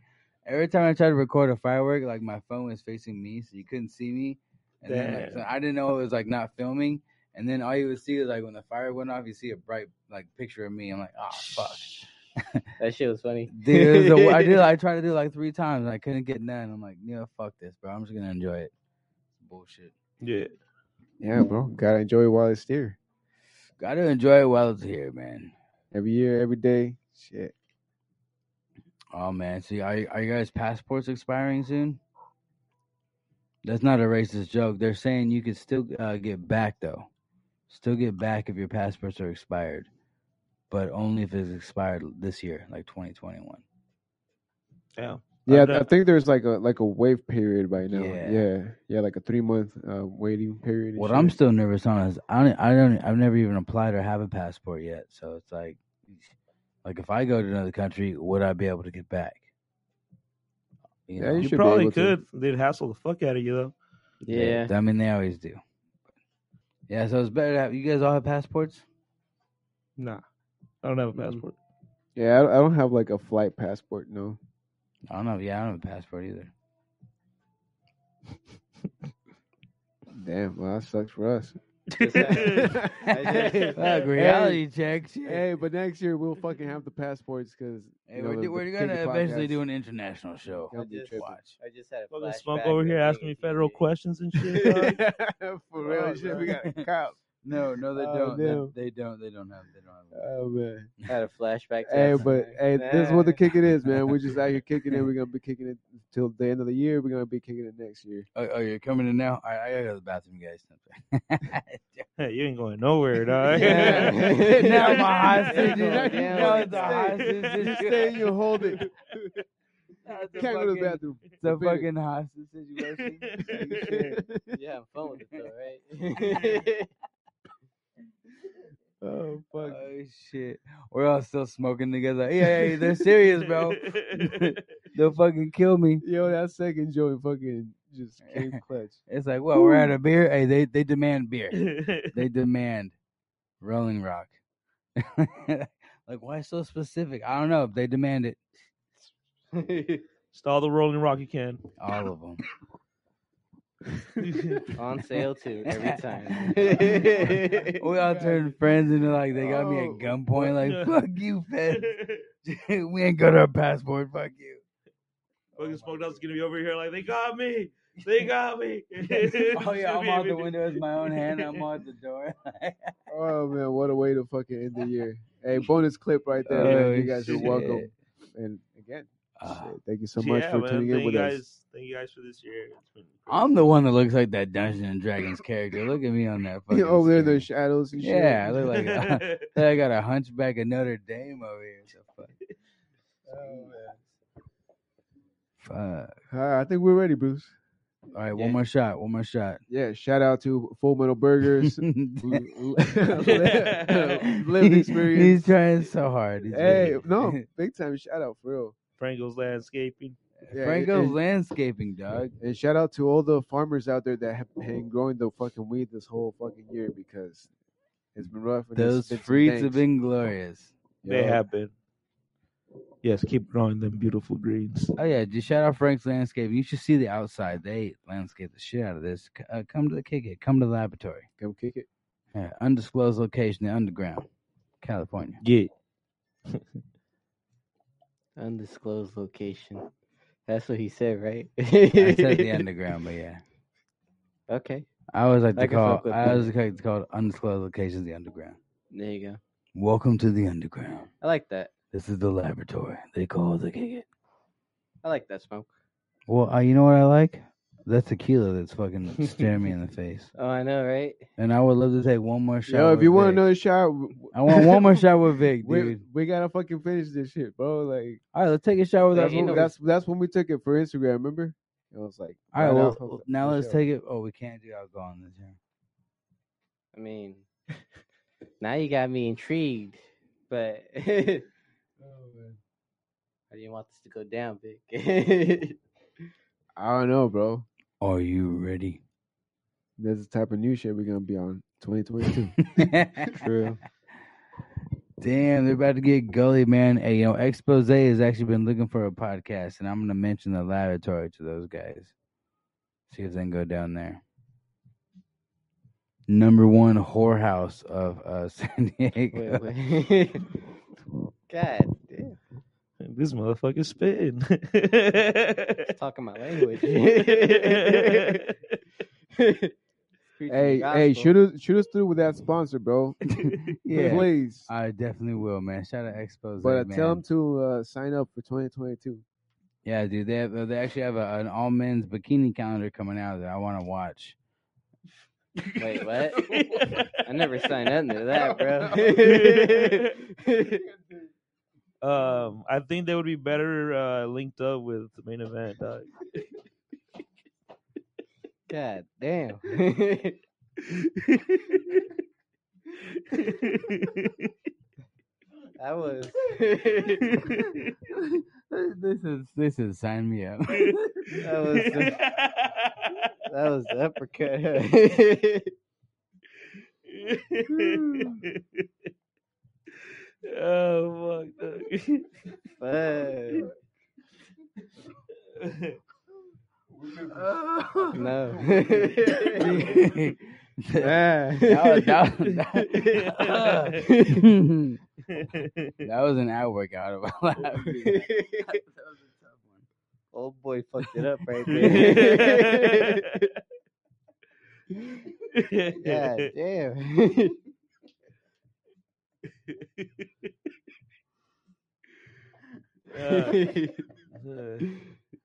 S2: Every time I tried to record a firework, like my phone was facing me, so you couldn't see me. And then like, so I didn't know it was like not filming. And then all you would see is like when the fire went off, you see a bright like picture of me. I'm like, oh fuck,
S4: that shit was funny.
S2: dude. it was the- I did. I tried to do it like three times, and I couldn't get none. I'm like, yeah, fuck this, bro. I'm just gonna enjoy it. Bullshit.
S1: yeah.
S3: Yeah, bro. Gotta enjoy it while it's here.
S2: Got to enjoy it while it's here, man.
S3: Every year, every day. Shit.
S2: Oh man, see, are are you guys passports expiring soon? That's not a racist joke. They're saying you could still uh, get back though, still get back if your passports are expired, but only if it's expired this year, like 2021.
S1: Yeah.
S3: Yeah,
S1: I've
S3: I
S1: done-
S3: think there's like a like a wave period right now.
S2: Yeah.
S3: Yeah, yeah, like a three month uh, waiting period. and
S2: What
S3: shit.
S2: I'm still nervous on is I don't, I don't, I've never even applied or have a passport yet. So it's like, like if I go to another country, would I be able to get back? You
S3: Yeah,
S2: know?
S3: you
S1: You
S3: should be
S1: probably
S3: able to.
S1: could. They'd hassle the fuck out of you though.
S4: Yeah.
S2: I mean, they always do. Yeah, so it's better to have you guys all have passports.
S1: Nah. I don't have a
S4: Mm.
S1: passport.
S3: Yeah, I don't- I don't have like a flight passport. No.
S2: I don't know. Yeah, I don't have a passport either.
S3: Damn, well, that sucks for us.
S4: Just that-
S3: Hey,
S2: Fuck, reality check. shit.
S3: hey, but next year we'll fucking have the passports because
S2: Hey, we're, do- we're gonna eventually do an international show.
S3: Y'all be
S4: I just-
S3: tripping.
S2: Watch.
S4: I just had a
S1: Fucking
S4: flashback
S1: Spunk over
S4: of
S1: here
S4: being
S1: asking me
S4: a
S1: federal
S4: teenager.
S1: questions and shit. dog.
S3: For real, shit, we got a cop.
S2: No, no, they
S3: Oh,
S2: don't. They-
S3: damn.
S2: they, don't. They don't have. They don't have.
S3: Oh man.
S4: I had a flashback. To
S3: Hey,
S4: that
S3: but
S4: time.
S3: hey, this is what the kick it is, man. We're just out here kicking it. We're gonna be kicking it till the end of the year. We're gonna be kicking it next year.
S2: Oh, oh, you're coming in now. I, I gotta go to the bathroom, guys.
S1: Hey, you ain't going nowhere, dog.
S3: Yeah.
S2: now my hostage.
S4: Yeah,
S2: Now,
S4: yeah,
S2: now
S4: you
S2: it's a
S4: stay.
S2: hostage.
S3: You
S2: issue.
S3: stay and you hold it.
S2: Now it's a
S3: Can't go to the
S2: fucking-
S3: bathroom.
S2: It's a
S3: Forbid it.
S2: fucking hostage situation.
S4: you have fun with it though, right?
S3: oh fuck.
S2: Oh shit. We're all still smoking together. Hey, hey, they're serious, bro. They'll fucking kill me.
S3: Yo, that second joint fucking just came clutch.
S2: It's like, well, we're out of beer. Hey, they they demand beer. They demand Rolling Rock. like, why so specific? I don't know. They demand it.
S1: Stall the rolling rock you can.
S2: All of them.
S4: On sale too every time.
S2: we all turned friends and they're like, they got me at
S3: Oh,
S2: gunpoint.
S1: yeah.
S2: Like, fuck you, Fed. we ain't got our passport. Fuck you.
S1: Fucking Spunk Dog's gonna be over here like they got me. They got me.
S2: oh yeah, I'm out the window with my own hand. I'm out the door.
S3: oh man, what a way to fucking end the year. Hey, bonus clip right there,
S2: Oh,
S3: man. You guys
S1: shit.
S3: are welcome. And again,
S2: Ah.
S3: shit, thank you so much
S1: yeah,
S3: for
S1: man,
S3: tuning
S1: thank
S3: in with
S1: you guys.
S3: us.
S1: Thank you guys for this year. It's been
S2: I'm the one that looks like that Dungeon and Dragons character. Look at me on that fucking.
S3: Over there in the
S2: screen.
S3: shadows and shit.
S2: Yeah, I
S1: great.
S2: look like uh, I got a hunchback of Notre Dame over here. So fuck.
S3: Oh,
S2: Fuck.
S3: All right, I think we're ready, Bruce.
S2: All right,
S4: Yeah.
S2: one more shot. One more shot.
S3: Yeah, shout out to Full Metal Burgers. Lived experience.
S2: He's trying so hard. He's
S3: Hey,
S2: really-
S3: no, big time shout out for real.
S1: Pringles landscaping.
S3: Yeah,
S2: Franco's
S3: and-
S2: landscaping, dog.
S3: And shout out to all the farmers out there that have been growing the fucking weed this whole fucking year because it's been rough. and it's
S2: Those
S3: been some
S2: fruits
S3: danks.
S2: have been glorious.
S1: They
S3: Yo,
S1: have been. Yes, keep growing them beautiful greens.
S2: Oh yeah, just shout out Frank's landscaping. You should see the outside. They landscape the shit out of this. C- Uh, come to the kick it. Come to the laboratory.
S3: Come kick it.
S2: Yeah, undisclosed location, the underground, California.
S1: Yeah.
S4: Undisclosed location. That's what he said, right?
S2: I said the underground, but yeah,
S4: Okay.
S2: I always like to
S4: I can
S2: call.
S4: fuck with
S2: I
S4: that.
S2: always like to call it undisclosed locations the underground.
S4: There you go.
S2: Welcome to the underground.
S4: I like that.
S2: This is the laboratory. They call it the kick it.
S4: I like that smoke.
S2: Well, uh, you know what I like? That tequila that's fucking staring me in the face.
S4: Oh, I know, right?
S2: And I would love to take one more shot.
S3: Yo, if
S2: with
S3: you want
S2: Vic.
S3: another shot, w-
S2: I want one more shot with Vic,
S3: we,
S2: dude.
S3: we gotta fucking finish this shit, bro. Like
S2: All right, let's take a shot with
S4: Yeah,
S2: our.
S3: that's
S4: you
S3: when,
S4: know-
S3: that's that's when we took it for Instagram. Remember? It was like
S2: All right,
S3: right
S2: well,
S3: off of
S2: now
S3: the
S2: let's
S3: show.
S2: take it. Oh, we can't do alcohol in this here.
S4: I mean, now you got me intrigued, but I didn't want this to go down big.
S3: I don't know, bro.
S2: Are you ready?
S3: That's the type of new shit we're gonna be on 2022.
S4: True.
S2: Damn, they're about to get gully, man. Hey, you know, Expose has actually been looking for a podcast, and I'm gonna mention the laboratory to those guys. See if they can go down there. Number one whorehouse of uh, San Diego.
S4: Wait, wait. God damn.
S1: This motherfucker's spitting.
S4: Talking my language.
S3: hey, hey, shoot us shoot us through with that sponsor, bro.
S2: yeah,
S3: Please.
S2: I definitely will, man. Shout out Expose.
S3: But uh,
S2: man.
S3: tell them to uh, sign up for 2022.
S2: Yeah, dude, they have, uh, they actually have a, an all men's bikini calendar coming out that I want to watch.
S4: Wait, what? I never signed up to that, bro.
S1: um, I think they would be better uh, linked up with the main event. uh, dog.
S4: God damn. that was.
S2: this is this is sign me up.
S4: That was the, that was the uppercut.
S1: Oh fuck. dude.
S4: Fuck. No.
S2: that, was, that, was, that, Mm-hmm. was an hour workout of my life. dude.
S4: Old boy fucked it up right there.
S1: yeah,
S4: God damn.
S1: uh,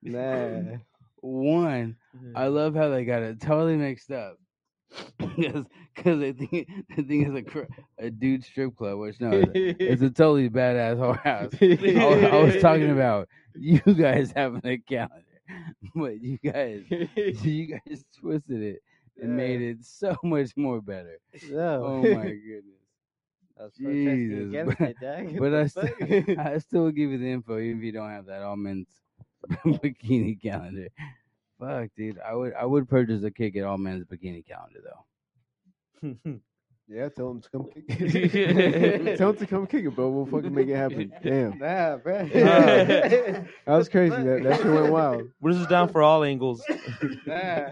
S4: nah.
S2: One, I love how they got it totally mixed up. Because I think the thing is a, cr- a dude strip club, which no, it's a- it's a totally badass whole house. I was, I was talking about you guys having a calendar, but you guys, you guys twisted it and made it so much more better.
S4: No.
S2: Oh my goodness!
S4: I was protesting
S2: Jesus,
S4: against
S2: but-
S4: it, dog.
S2: but
S4: The
S2: I
S4: fuck?
S2: still, I still will give you the info even if you don't have that almonds bikini calendar. Fuck, dude, I would I would purchase a kick at all men's bikini calendar though.
S3: yeah, tell him to come kick it. tell him to come kick it, bro. We'll fucking make it happen. Damn,
S4: Nah, bro.
S1: Nah.
S3: that was crazy. That, that shit went wild.
S1: We're just down for all angles. Uh,
S4: nah.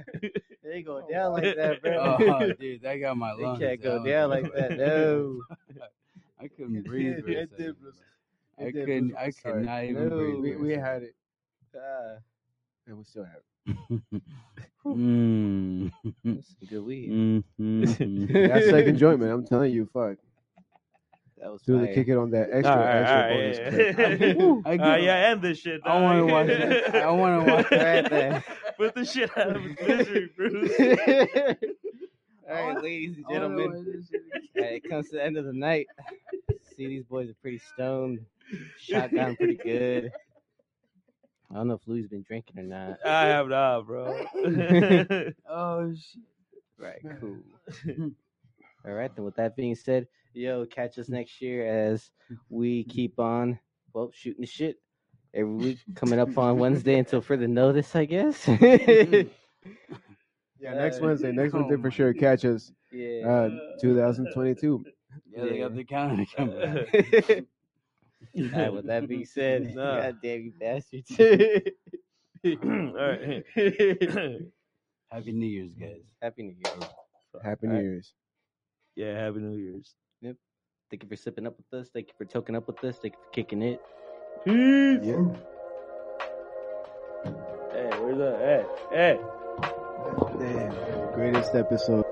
S4: They go down like that, bro.
S2: Oh, dude, that got my lungs.
S4: they can't go
S2: out.
S4: down like that. No.
S2: I couldn't breathe. For a
S3: It did,
S2: second,
S3: bro.
S2: bro. I
S3: It did,
S2: couldn't.
S3: bro.
S2: I could
S3: Sorry.
S2: not even breathe.
S3: We,
S2: for a
S3: we
S2: second.
S3: had it,
S4: Ah,
S3: and we still have it.
S2: Mm.
S4: that's some good weed.
S2: Mm, mm, mm.
S3: That second joint, man. I'm telling you, fuck.
S4: That was
S3: Do the
S4: fire.
S3: kick it on that extra,
S1: All right, all
S3: extra
S1: right,
S3: bonus.
S1: yeah,
S3: clip.
S1: yeah.
S2: Woo,
S3: Uh,
S2: I
S1: All right,
S2: get-
S1: yeah, end this shit.
S2: I wanna
S1: dog.
S2: watch that. I wanna watch
S4: that then.
S1: Put the shit out of its misery, Bruce.
S4: All right, ladies
S2: Oh,
S4: and gentlemen. Hey, it comes to the end of the night. See, these boys are pretty stoned. Shot down pretty good. I don't know if Louis been drinking or not.
S1: I have not, bro. yeah,
S2: Oh shit!
S4: Right, cool. All right, then. With that being said, yo, catch us next year as we keep on, well, shooting the shit every week, coming up on Wednesday until further notice, I guess. yeah.
S3: Yeah, next
S4: Uh,
S3: Wednesday. Next
S2: oh
S3: Wednesday
S2: my
S3: for sure. Catch us, uh, 2022.
S2: Yeah, they got the counter coming.
S4: All right, with that being said,
S1: No.
S4: God damn you bastards.
S1: All right.
S2: Happy New Year's, guys.
S4: Happy New Year.
S3: Happy
S4: All
S3: New
S4: right.
S3: Year's.
S1: yeah, happy New Year's.
S4: Thank you for sipping up with us. Thank you for toking up with us. Thank you for kicking it.
S3: Yeah.
S1: Hey, where's that? Hey, hey.
S3: Damn, greatest episode.